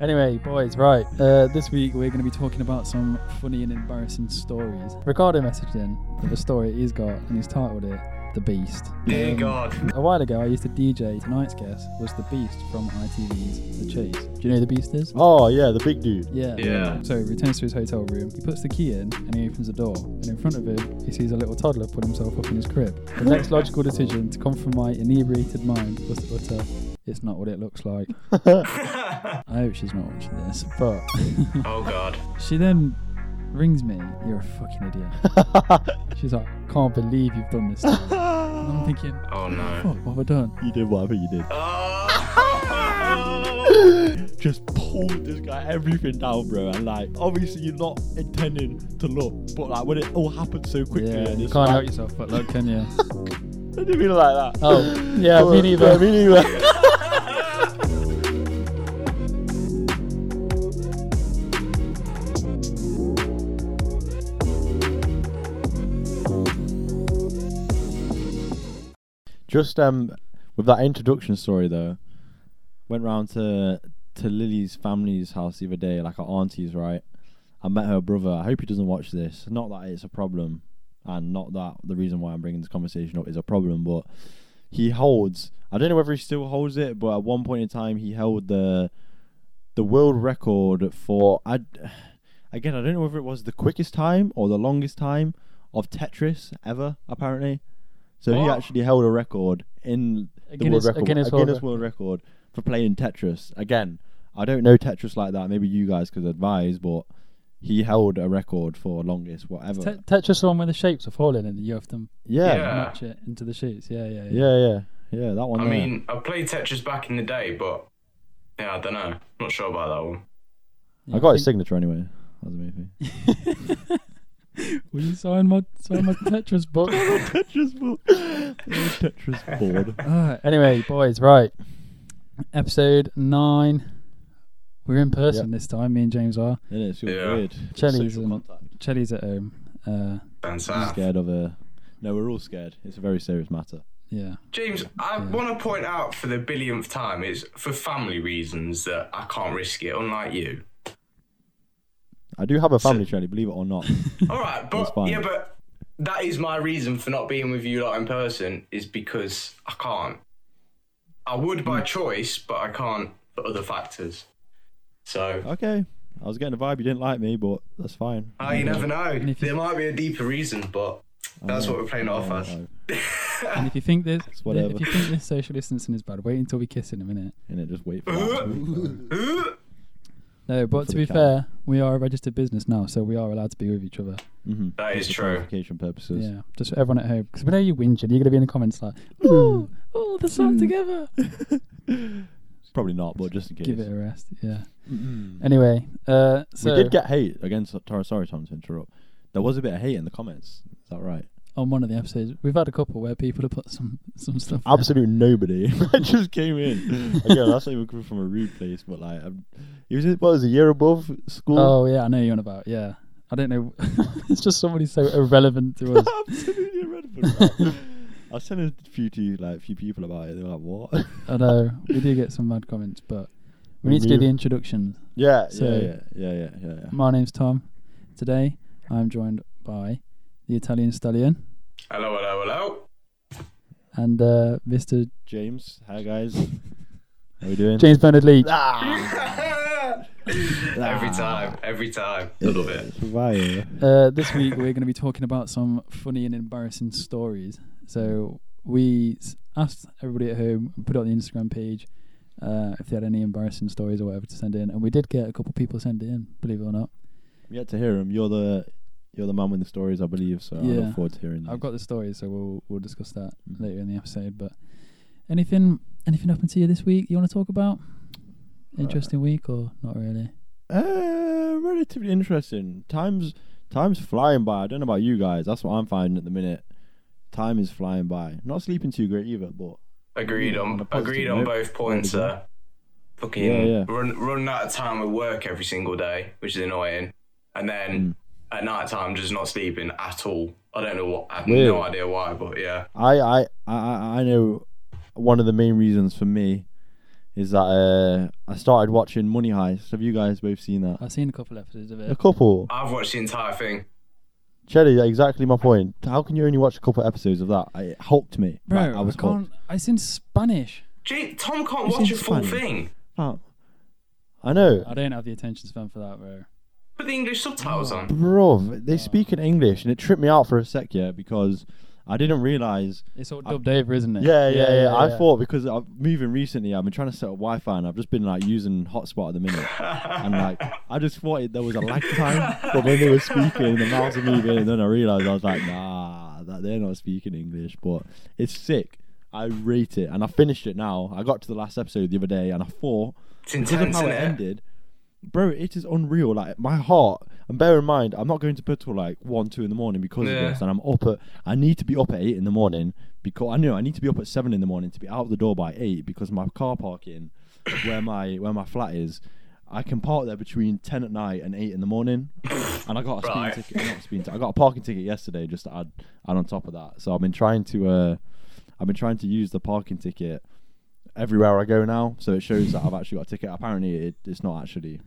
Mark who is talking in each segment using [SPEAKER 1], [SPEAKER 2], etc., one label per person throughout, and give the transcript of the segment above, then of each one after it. [SPEAKER 1] Anyway, boys, right. Uh, this week we're going to be talking about some funny and embarrassing stories. Ricardo messaged in with a story he's got, and he's titled it "The Beast."
[SPEAKER 2] Dear
[SPEAKER 1] Um,
[SPEAKER 2] God.
[SPEAKER 1] A while ago, I used to DJ. Tonight's guest was the Beast from ITV's The Chase. Do you know who the Beast is?
[SPEAKER 3] Oh yeah, the big dude.
[SPEAKER 1] Yeah.
[SPEAKER 2] Yeah.
[SPEAKER 1] So he returns to his hotel room. He puts the key in and he opens the door. And in front of him, he sees a little toddler put himself up in his crib. The next logical decision to come from my inebriated mind was to utter, "It's not what it looks like." I hope she's not watching this, but
[SPEAKER 2] Oh God.
[SPEAKER 1] she then rings me. You're a fucking idiot. She's like, "Can't believe you've done this." To me. And I'm thinking,
[SPEAKER 2] Oh no.
[SPEAKER 1] "Fuck, what have I done?"
[SPEAKER 3] you did whatever you did.
[SPEAKER 2] Oh.
[SPEAKER 3] Just pulled this guy everything down, bro. And like, obviously you're not intending to look, but like when it all happened so quickly,
[SPEAKER 1] yeah,
[SPEAKER 3] and
[SPEAKER 1] you
[SPEAKER 3] it's
[SPEAKER 1] can't help
[SPEAKER 3] like,
[SPEAKER 1] yourself, but look, can you?
[SPEAKER 3] I didn't mean it like that.
[SPEAKER 1] Oh, yeah, me neither.
[SPEAKER 3] me neither. Just um, with that introduction story though, went round to to Lily's family's house the other day, like her auntie's, right? I met her brother. I hope he doesn't watch this. Not that it's a problem, and not that the reason why I'm bringing this conversation up is a problem, but he holds. I don't know whether he still holds it, but at one point in time, he held the the world record for. I again, I don't know whether it was the quickest time or the longest time of Tetris ever. Apparently, so he
[SPEAKER 2] What?
[SPEAKER 3] actually held a record in the
[SPEAKER 1] Guinness- a
[SPEAKER 3] world record,
[SPEAKER 1] Guinness
[SPEAKER 3] a
[SPEAKER 1] World
[SPEAKER 3] Guinness World Record for playing Tetris. Again, I don't know Tetris like that. Maybe you guys could advise, but he held a record for longest whatever.
[SPEAKER 1] Te- Tetris the one where the shapes are falling and you have to
[SPEAKER 3] yeah,
[SPEAKER 2] Yeah.
[SPEAKER 1] match it into the shapes. Yeah, yeah, yeah.
[SPEAKER 3] yeah, yeah, yeah. That one.
[SPEAKER 2] I
[SPEAKER 3] there.
[SPEAKER 2] mean, I played Tetris back in the day, but yeah, I don't know. Not sure about that one.
[SPEAKER 1] Yeah,
[SPEAKER 3] I got
[SPEAKER 1] I
[SPEAKER 3] his
[SPEAKER 1] think-
[SPEAKER 3] signature anyway. That was amazing.
[SPEAKER 1] Will you sign my sign my Tetris book?
[SPEAKER 3] Tetris board. Tetris board.
[SPEAKER 1] Alright, anyway, boys, right. Episode nine. We're in person this time. Me and James are.
[SPEAKER 3] It is. It was
[SPEAKER 2] Yeah.
[SPEAKER 3] weird.
[SPEAKER 1] Chelly's
[SPEAKER 3] Social
[SPEAKER 1] in-
[SPEAKER 3] contact.
[SPEAKER 1] Chelly's at home. Uh,
[SPEAKER 2] Down
[SPEAKER 3] I'm
[SPEAKER 2] south.
[SPEAKER 3] scared of a. No, we're all scared. It's a very serious matter.
[SPEAKER 1] yeah.
[SPEAKER 2] James, I want to point out for the billionth time is for family reasons that I can't risk it, unlike you.
[SPEAKER 3] I do have a family, Chelly. Believe it or not.
[SPEAKER 2] All right,
[SPEAKER 3] It's
[SPEAKER 2] but
[SPEAKER 3] fine.
[SPEAKER 2] yeah, but that is my reason for not being with you lot in person is because I can't. I would
[SPEAKER 1] Hmm.
[SPEAKER 2] by choice, but I can't for other factors. So
[SPEAKER 3] okay. I was getting a vibe you didn't like me, but that's fine.
[SPEAKER 2] oh, you never know.
[SPEAKER 1] if you-
[SPEAKER 2] There might be a deeper reason, but that's what we're playing it off
[SPEAKER 3] Uh, Yeah,
[SPEAKER 2] as.
[SPEAKER 3] no.
[SPEAKER 1] And if you think this,
[SPEAKER 3] whatever.
[SPEAKER 1] if you think this social distancing is bad, wait until we kiss in a minute.
[SPEAKER 3] And it just wait for that.
[SPEAKER 1] No, but to
[SPEAKER 3] For the
[SPEAKER 1] be
[SPEAKER 3] cat.
[SPEAKER 1] fair, we are a registered business now, so we are allowed to be with each other.
[SPEAKER 3] mm-hmm.
[SPEAKER 2] That is true.
[SPEAKER 3] Education purposes.
[SPEAKER 1] Yeah, just for everyone at home, because we know you whinging. You're gonna be in the comments like, "Ooh, oh, the song together."
[SPEAKER 3] Probably not, but just in case.
[SPEAKER 1] Give it a rest. Yeah. Anyway, uh,
[SPEAKER 3] we
[SPEAKER 1] so
[SPEAKER 3] did get hate again. so- Tor- Sorry, Tom, to interrupt. There was a bit of hate in the comments. Is that right?
[SPEAKER 1] on one of the episodes, we've had a couple where people have put some some stuff. down.
[SPEAKER 3] Absolute nobody just came in. Again, that's not even coming from a rude place, but like, um, he was what was a year above school.
[SPEAKER 1] Oh yeah, I know you're on about. Yeah, I don't know. it's just somebody so irrelevant to us.
[SPEAKER 3] Absolutely irrelevant. man. I sent a few to you, like few people about it. They were like, "What?"
[SPEAKER 1] I know we do get some mad comments, but we need to do
[SPEAKER 3] Remove-
[SPEAKER 1] the introductions.
[SPEAKER 3] Yeah,
[SPEAKER 1] So-
[SPEAKER 3] yeah, yeah, yeah, yeah, yeah, yeah.
[SPEAKER 1] My name's Tom. Today, I'm joined by the Italian stallion
[SPEAKER 2] Hello, hello, hello.
[SPEAKER 1] and uh, Mr.
[SPEAKER 3] James, hi guys. How we doing?
[SPEAKER 1] James Bernard Leach.
[SPEAKER 2] every time, every time. Little bit.
[SPEAKER 3] Survivor.
[SPEAKER 1] Uh, this week, we're going to be talking about some funny and embarrassing stories. So we s- asked everybody at home, put it on the Instagram page. Uh, if they had any embarrassing stories or whatever to send in, and we did get a couple people send it in, believe it or not.
[SPEAKER 3] I'm yet to hear him. You're the you're the man with the stories, I believe. So I
[SPEAKER 1] Yeah.
[SPEAKER 3] look forward to hearing.
[SPEAKER 1] I've got the stories, so we'll we'll discuss that
[SPEAKER 3] Mhm.
[SPEAKER 1] later in the episode. But anything anything happened to you this week you want to talk about? Interesting week or not really?
[SPEAKER 3] Uh, relatively interesting. Times times flying by. I don't know about you guys. That's what I'm finding at the minute. Time is flying by. Not sleeping too great either, but
[SPEAKER 2] Agreed
[SPEAKER 3] On a
[SPEAKER 2] on
[SPEAKER 3] positive
[SPEAKER 2] agreed on
[SPEAKER 3] note,
[SPEAKER 2] both points,
[SPEAKER 3] there we
[SPEAKER 2] sir. Fucking
[SPEAKER 3] Yeah, yeah.
[SPEAKER 2] run run out of time with work every single day, which is annoying. And then
[SPEAKER 3] Mm.
[SPEAKER 2] at night time just not sleeping at all. I don't know what I have
[SPEAKER 3] Weird.
[SPEAKER 2] no idea why, but yeah.
[SPEAKER 3] I I I I I know one of the main reasons for me is that uh, I started watching Money Heist. Have you guys both seen that?
[SPEAKER 1] I've seen a couple episodes of
[SPEAKER 3] A
[SPEAKER 1] it.
[SPEAKER 3] couple.
[SPEAKER 2] I've watched the entire thing.
[SPEAKER 3] Chetty, that's exactly my point. How can you only watch a couple episodes of that? It helped me.
[SPEAKER 1] Bro,
[SPEAKER 3] Like,
[SPEAKER 1] I,
[SPEAKER 3] I was
[SPEAKER 1] can't. It's in Spanish.
[SPEAKER 2] Gee, Tom can't
[SPEAKER 3] It's
[SPEAKER 2] watch
[SPEAKER 3] in
[SPEAKER 2] a full
[SPEAKER 3] Spanish.
[SPEAKER 2] thing.
[SPEAKER 3] hooked. I know.
[SPEAKER 1] I don't have the attention span for that, bro.
[SPEAKER 2] Put the English subtitles
[SPEAKER 3] Oh.
[SPEAKER 2] on.
[SPEAKER 3] Bruv, they speak in English and it tripped me out for a sec, yeah, because I didn't realise.
[SPEAKER 1] It's all dubbed over, isn't it?
[SPEAKER 3] Yeah, yeah, yeah. I thought because I'm moving recently, I've been trying to set up Wi Fi and I've just been like using hotspot at the minute. and like, I just thought it, there was a lag time, but when they were speaking, the mouths were moving, and then I realised I was like, nah, that they're not speaking English, but it's sick. I rate it, and I finished it now. I got to the last episode the other day, and I thought
[SPEAKER 2] It's
[SPEAKER 3] because of
[SPEAKER 2] intense,
[SPEAKER 3] how
[SPEAKER 2] isn't
[SPEAKER 3] it
[SPEAKER 2] it?
[SPEAKER 3] ended, bro, it is unreal. Like my heart, and bear in mind, I'm not going to bed till like one, two in the morning because
[SPEAKER 2] Yeah.
[SPEAKER 3] of this, and I'm up at. I need to be up at eight in the morning because I know I need to be up at seven in the morning to be out the door by eight because my car parking, where my where my flat is, I can park there between ten at night and eight in the morning, and I got a speeding
[SPEAKER 2] Right.
[SPEAKER 3] ticket. Not a speeding ticket. I got a parking ticket yesterday just to add add on top of that. So I've been trying to uh, I've been trying to use the parking ticket everywhere I go now, so it shows that I've actually got a ticket. Apparently, it, it's not actually.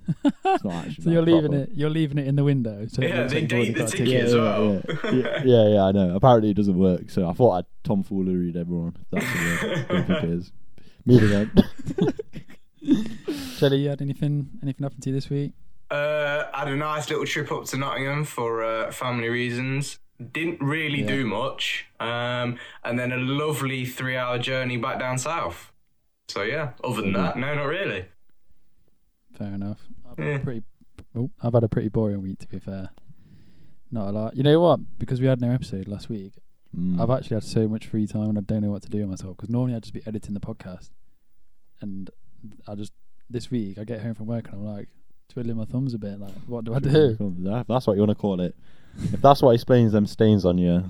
[SPEAKER 3] It's not actually.
[SPEAKER 1] So you're leaving it. You're leaving it in the window. So it
[SPEAKER 2] Yeah,
[SPEAKER 1] looks
[SPEAKER 2] they
[SPEAKER 1] like you've already
[SPEAKER 2] date the
[SPEAKER 1] got a
[SPEAKER 2] ticket as well.
[SPEAKER 3] Yeah yeah. yeah, yeah, I know. Apparently, it doesn't work. So I thought I'd tomfooleried everyone. That's the word. Don't think it is. Moving on.
[SPEAKER 1] Shelley, you had anything? Anything happen to you this week?
[SPEAKER 2] Uh, had a nice little trip up to Nottingham for uh, family reasons. Didn't really do much. Um, and then a lovely three-hour journey back down south. So yeah, other than
[SPEAKER 3] Hmm.
[SPEAKER 2] that, no, not really.
[SPEAKER 1] Fair enough. I've had
[SPEAKER 2] Yeah.
[SPEAKER 1] a pretty. Oh, I've had a pretty boring week to be fair. Not a lot. You know what? Because we had no episode last week,
[SPEAKER 3] Mm.
[SPEAKER 1] I've actually had so much free time and I don't know what to do with myself because normally I'd just be editing the podcast. And I just, this week, I get home from work and I'm like twiddling my thumbs a bit. Like, what do I do?
[SPEAKER 3] That- That's what you want to call it. If that's what explains them stains on your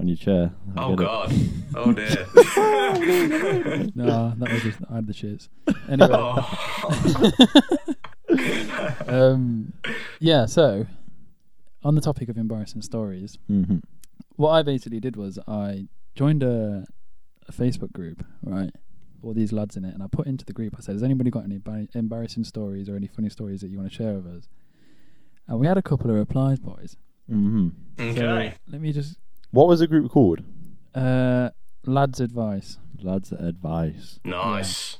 [SPEAKER 3] on your chair. I
[SPEAKER 2] Oh
[SPEAKER 3] get it.
[SPEAKER 2] god. Oh dear.
[SPEAKER 1] nah, that was just, I had the shits. Anyway,
[SPEAKER 2] oh.
[SPEAKER 1] um, yeah, so on the topic of embarrassing stories,
[SPEAKER 3] Mhm.
[SPEAKER 1] what I basically did was I joined a, a Facebook group, right? All these lads in it, and I put into the group. I said, "Has anybody got any embar- embarrassing stories or any funny stories that you want to share with us?" And we had a couple of replies, boys.
[SPEAKER 3] Mhm.
[SPEAKER 1] So
[SPEAKER 2] Okay.
[SPEAKER 1] let me just
[SPEAKER 3] What was the group called?
[SPEAKER 1] uh, lads' advice.
[SPEAKER 3] Lads advice.
[SPEAKER 2] Nice.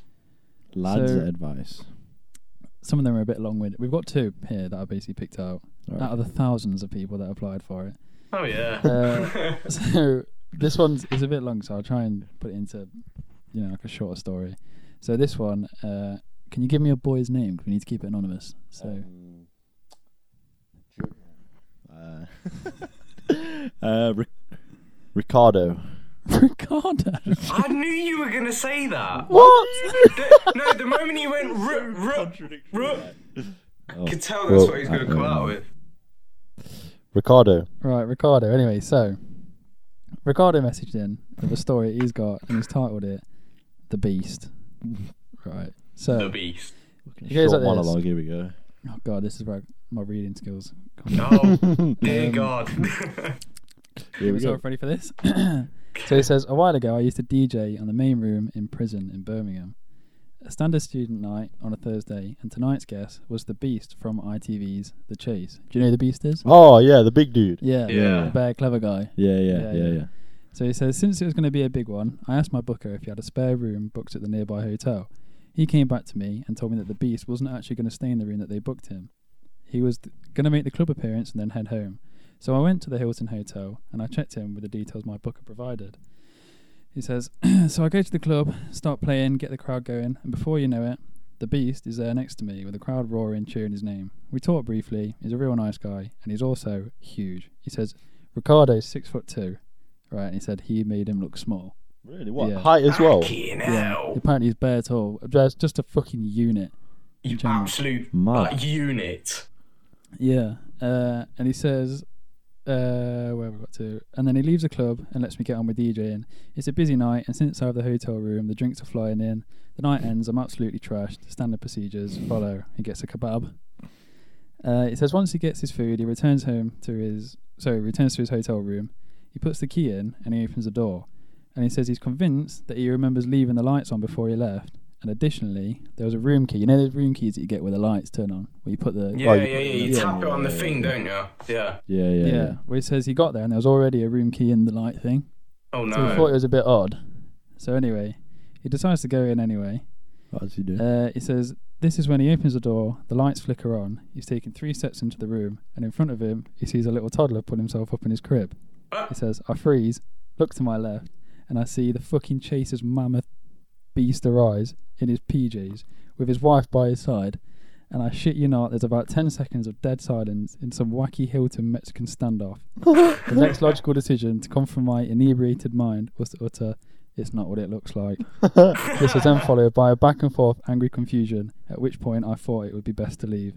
[SPEAKER 3] Lads
[SPEAKER 1] So-
[SPEAKER 3] advice.
[SPEAKER 1] Some of them are a bit long-winded. We've got two here that I basically picked out
[SPEAKER 3] Alright.
[SPEAKER 1] out of the thousands of people that applied for it.
[SPEAKER 2] Oh yeah.
[SPEAKER 1] Uh, so this one's is a bit long, so I'll try and put it into you know like a shorter story. So this one, uh, can you give me a boy's name? 'Cause We need to keep it anonymous. So Um,
[SPEAKER 3] Uh, uh, Ric- Ricardo.
[SPEAKER 1] Ricardo.
[SPEAKER 2] I knew you were gonna say that.
[SPEAKER 3] What?
[SPEAKER 2] The- no, the moment you went ruh, ruh, ruh, I could tell that's
[SPEAKER 3] Oh. Well,
[SPEAKER 2] what he's gonna
[SPEAKER 3] I-
[SPEAKER 2] come out
[SPEAKER 3] um,
[SPEAKER 2] with.
[SPEAKER 3] Ricardo.
[SPEAKER 1] right, Ricardo. Anyway, so Ricardo messaged in with a story he's got and he's titled it "The Beast." Right.
[SPEAKER 2] The
[SPEAKER 1] So
[SPEAKER 2] beast.
[SPEAKER 1] He goes
[SPEAKER 3] Short
[SPEAKER 1] like this.
[SPEAKER 3] monologue. Here we go.
[SPEAKER 1] oh god, this is where my reading skills. come
[SPEAKER 2] Oh dear
[SPEAKER 3] Um,
[SPEAKER 2] God.
[SPEAKER 3] Here we
[SPEAKER 1] Get
[SPEAKER 3] go.
[SPEAKER 1] myself ready for this. so he says, a while ago, I used to DJ on the main room in prison in Birmingham. A standard student night on a Thursday, and tonight's guest was the Beast from ITV's The Chase. Do you know who the Beast is?
[SPEAKER 3] Oh yeah, the big dude.
[SPEAKER 1] Yeah,
[SPEAKER 2] Yeah.
[SPEAKER 1] the bear clever guy.
[SPEAKER 3] Yeah, yeah,
[SPEAKER 1] Yeah,
[SPEAKER 3] yeah, yeah.
[SPEAKER 1] yeah. So he says, since it was going to be a big one, I asked my booker if he had a spare room booked at the nearby hotel. He came back to me and told me that the Beast wasn't actually going to stay in the room that they booked him. He was going to make the club appearance and then head home. So I went to the Hilton Hotel and I checked in with the details my booker provided. He says, So I go to the club, start playing, get the crowd going, and before you know it, the Beast is there next to me with the crowd roaring, cheering his name. We talk briefly, he's a real nice guy, and he's also huge. He says, Ricardo's six foot two. Right, and he said he made him look small.
[SPEAKER 3] Really? What
[SPEAKER 1] Yeah.
[SPEAKER 3] height as well?
[SPEAKER 2] Fucking
[SPEAKER 1] Yeah.
[SPEAKER 2] hell.
[SPEAKER 1] Apparently he's bare tall. Just just a fucking unit.
[SPEAKER 2] You
[SPEAKER 1] General.
[SPEAKER 2] absolute
[SPEAKER 3] Mad.
[SPEAKER 2] like, unit.
[SPEAKER 1] Yeah. Uh, and he says, uh, where have we got to? And then he leaves the club and lets me get on with DJing. It's a busy night, and since I have the hotel room, the drinks are flying in. The night ends, I'm absolutely trashed. Standard procedures follow. He gets a kebab. Uh, it says once he gets his food, he returns home to his sorry, returns to his hotel room. He puts the key in and he opens the door, and he says he's convinced that he remembers leaving the lights on before he left, And additionally, there was a room key. You know those room keys that you get where the lights turn on, where you put the
[SPEAKER 2] Yeah,
[SPEAKER 3] Oh, you
[SPEAKER 2] yeah, yeah.
[SPEAKER 3] put it in
[SPEAKER 2] You
[SPEAKER 3] the
[SPEAKER 2] tap
[SPEAKER 3] thing.
[SPEAKER 2] it on the
[SPEAKER 3] Yeah,
[SPEAKER 2] thing, don't you? Yeah.
[SPEAKER 3] Yeah, yeah,
[SPEAKER 1] yeah,
[SPEAKER 3] yeah.
[SPEAKER 1] Where it says he got there and there was already a room key in the light thing.
[SPEAKER 2] Oh
[SPEAKER 1] So we thought it
[SPEAKER 2] no.
[SPEAKER 1] was a bit odd. So anyway, he decides to go in anyway.
[SPEAKER 3] What does he do?
[SPEAKER 1] Uh, it says this is when he opens the door. The lights flicker on. He's taken three steps into the room, and in front of him, he sees a little toddler put himself up in his crib. He says, "I freeze, look to my left, and I see the fucking chaser's mammoth beast arise in his PJs with his wife by his side." And I shit you not, there's about 10 seconds of dead silence in some wacky Hilton Mexican standoff. the next logical decision to come from my inebriated mind was to utter, It's not what it looks like. This was then followed by a back and forth angry confusion, at which point I thought it would be best to leave.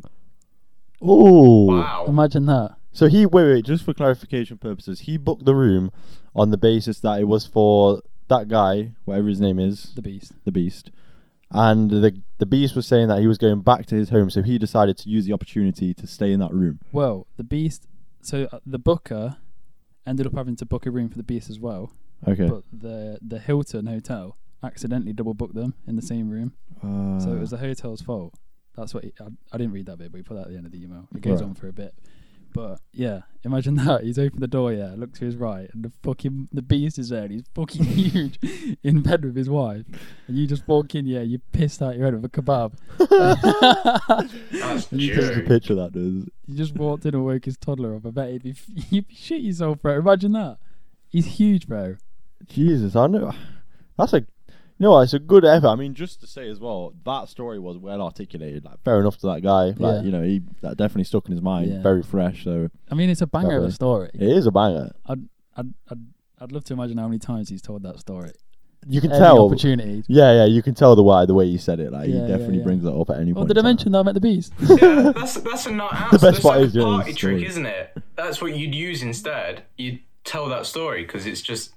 [SPEAKER 3] Oh,
[SPEAKER 2] Wow.
[SPEAKER 1] Imagine that.
[SPEAKER 3] so he wait, wait, just for clarification purposes, he booked the room on the basis that it was for that guy, whatever his name is,
[SPEAKER 1] The beast.
[SPEAKER 3] the Beast, and the the Beast was saying that he was going back to his home, so he decided to use the opportunity to stay in that room.
[SPEAKER 1] Well, the beast. So uh, the booker ended up having to book a room for the beast as well,
[SPEAKER 3] Okay,
[SPEAKER 1] but the the Hilton hotel accidentally double booked them in the same room.
[SPEAKER 3] uh,
[SPEAKER 1] so it was the hotel's fault. That's what he, I, I didn't read that bit, but he put that at the end of the email. It goes
[SPEAKER 3] Right.
[SPEAKER 1] on for a bit. But yeah, imagine that. He's opened the door, yeah, looked to his right, and the fucking the beast is there, and he's fucking huge in bed with his wife. And you just walk in, yeah, you pissed out your head with a kebab.
[SPEAKER 2] That's
[SPEAKER 1] You
[SPEAKER 3] just the
[SPEAKER 2] jerk.
[SPEAKER 3] picture that does.
[SPEAKER 1] You just walked in and woke his toddler up. I bet he'd be, you'd be shit yourself, bro. Imagine that. He's huge, bro.
[SPEAKER 3] Jesus, I know. That's a. You know, what, it's a good effort. I mean, just to say as well, that story was well articulated. Like, fair enough to that guy. Like,
[SPEAKER 1] Yeah.
[SPEAKER 3] you know, he that definitely stuck in his mind.
[SPEAKER 1] Yeah.
[SPEAKER 3] Very fresh. So
[SPEAKER 1] I mean, it's a banger of a
[SPEAKER 3] Definitely.
[SPEAKER 1] story.
[SPEAKER 3] it is a banger.
[SPEAKER 1] I'd, I'd, I'd love to imagine how many times he's told that story.
[SPEAKER 3] You can
[SPEAKER 1] Any
[SPEAKER 3] tell.
[SPEAKER 1] opportunity.
[SPEAKER 3] Yeah, yeah, you can tell the way the way you said it. Like,
[SPEAKER 1] Yeah,
[SPEAKER 3] he
[SPEAKER 1] yeah,
[SPEAKER 3] definitely
[SPEAKER 1] yeah.
[SPEAKER 3] brings that up at any
[SPEAKER 1] Well,
[SPEAKER 3] point.
[SPEAKER 1] did I mention that I met the beast?
[SPEAKER 2] yeah, that's that's a not answer.
[SPEAKER 3] best
[SPEAKER 2] that's
[SPEAKER 3] part
[SPEAKER 2] like
[SPEAKER 3] is
[SPEAKER 2] a
[SPEAKER 3] your own
[SPEAKER 2] party trick,
[SPEAKER 3] story.
[SPEAKER 2] isn't it? That's what you'd use instead. You'd tell that story because it's just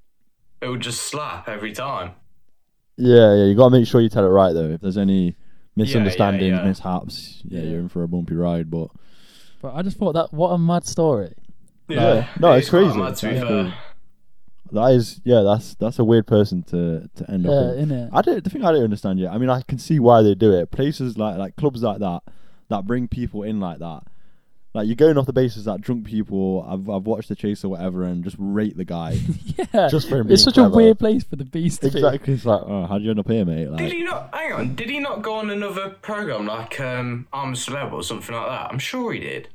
[SPEAKER 2] it would just slap every time.
[SPEAKER 3] Yeah, yeah, you got to make sure you tell it right though. If there's any misunderstandings,
[SPEAKER 2] yeah.
[SPEAKER 3] mishaps, yeah,
[SPEAKER 1] Yeah.
[SPEAKER 3] you're in for a bumpy ride. But
[SPEAKER 1] but I just thought that, what a mad story.
[SPEAKER 3] Yeah. No,
[SPEAKER 2] It
[SPEAKER 3] it's
[SPEAKER 2] is quite
[SPEAKER 3] crazy. uh,
[SPEAKER 2] Mad, to be
[SPEAKER 3] That's
[SPEAKER 2] fair.
[SPEAKER 3] cool. that is, yeah, that's that's a weird person to to end
[SPEAKER 1] Yeah,
[SPEAKER 3] up in.
[SPEAKER 1] uh, innit?
[SPEAKER 3] I don't. The thing I don't understand yet. I mean, I can see why they do it. Places like like clubs like that that bring people in like that. Like you're going off the basis that drunk people. I've I've watched the chase or whatever, and just rate the guy.
[SPEAKER 1] yeah.
[SPEAKER 3] just for him being
[SPEAKER 1] it's such
[SPEAKER 3] clever.
[SPEAKER 1] a weird place for the beast to be.
[SPEAKER 3] Exactly. It's like, oh, how do you end up here, mate?
[SPEAKER 2] Did
[SPEAKER 3] Like,
[SPEAKER 2] he not? Hang on. Did he not go on another program like um, I'm a Celeb or something like that? I'm sure he did.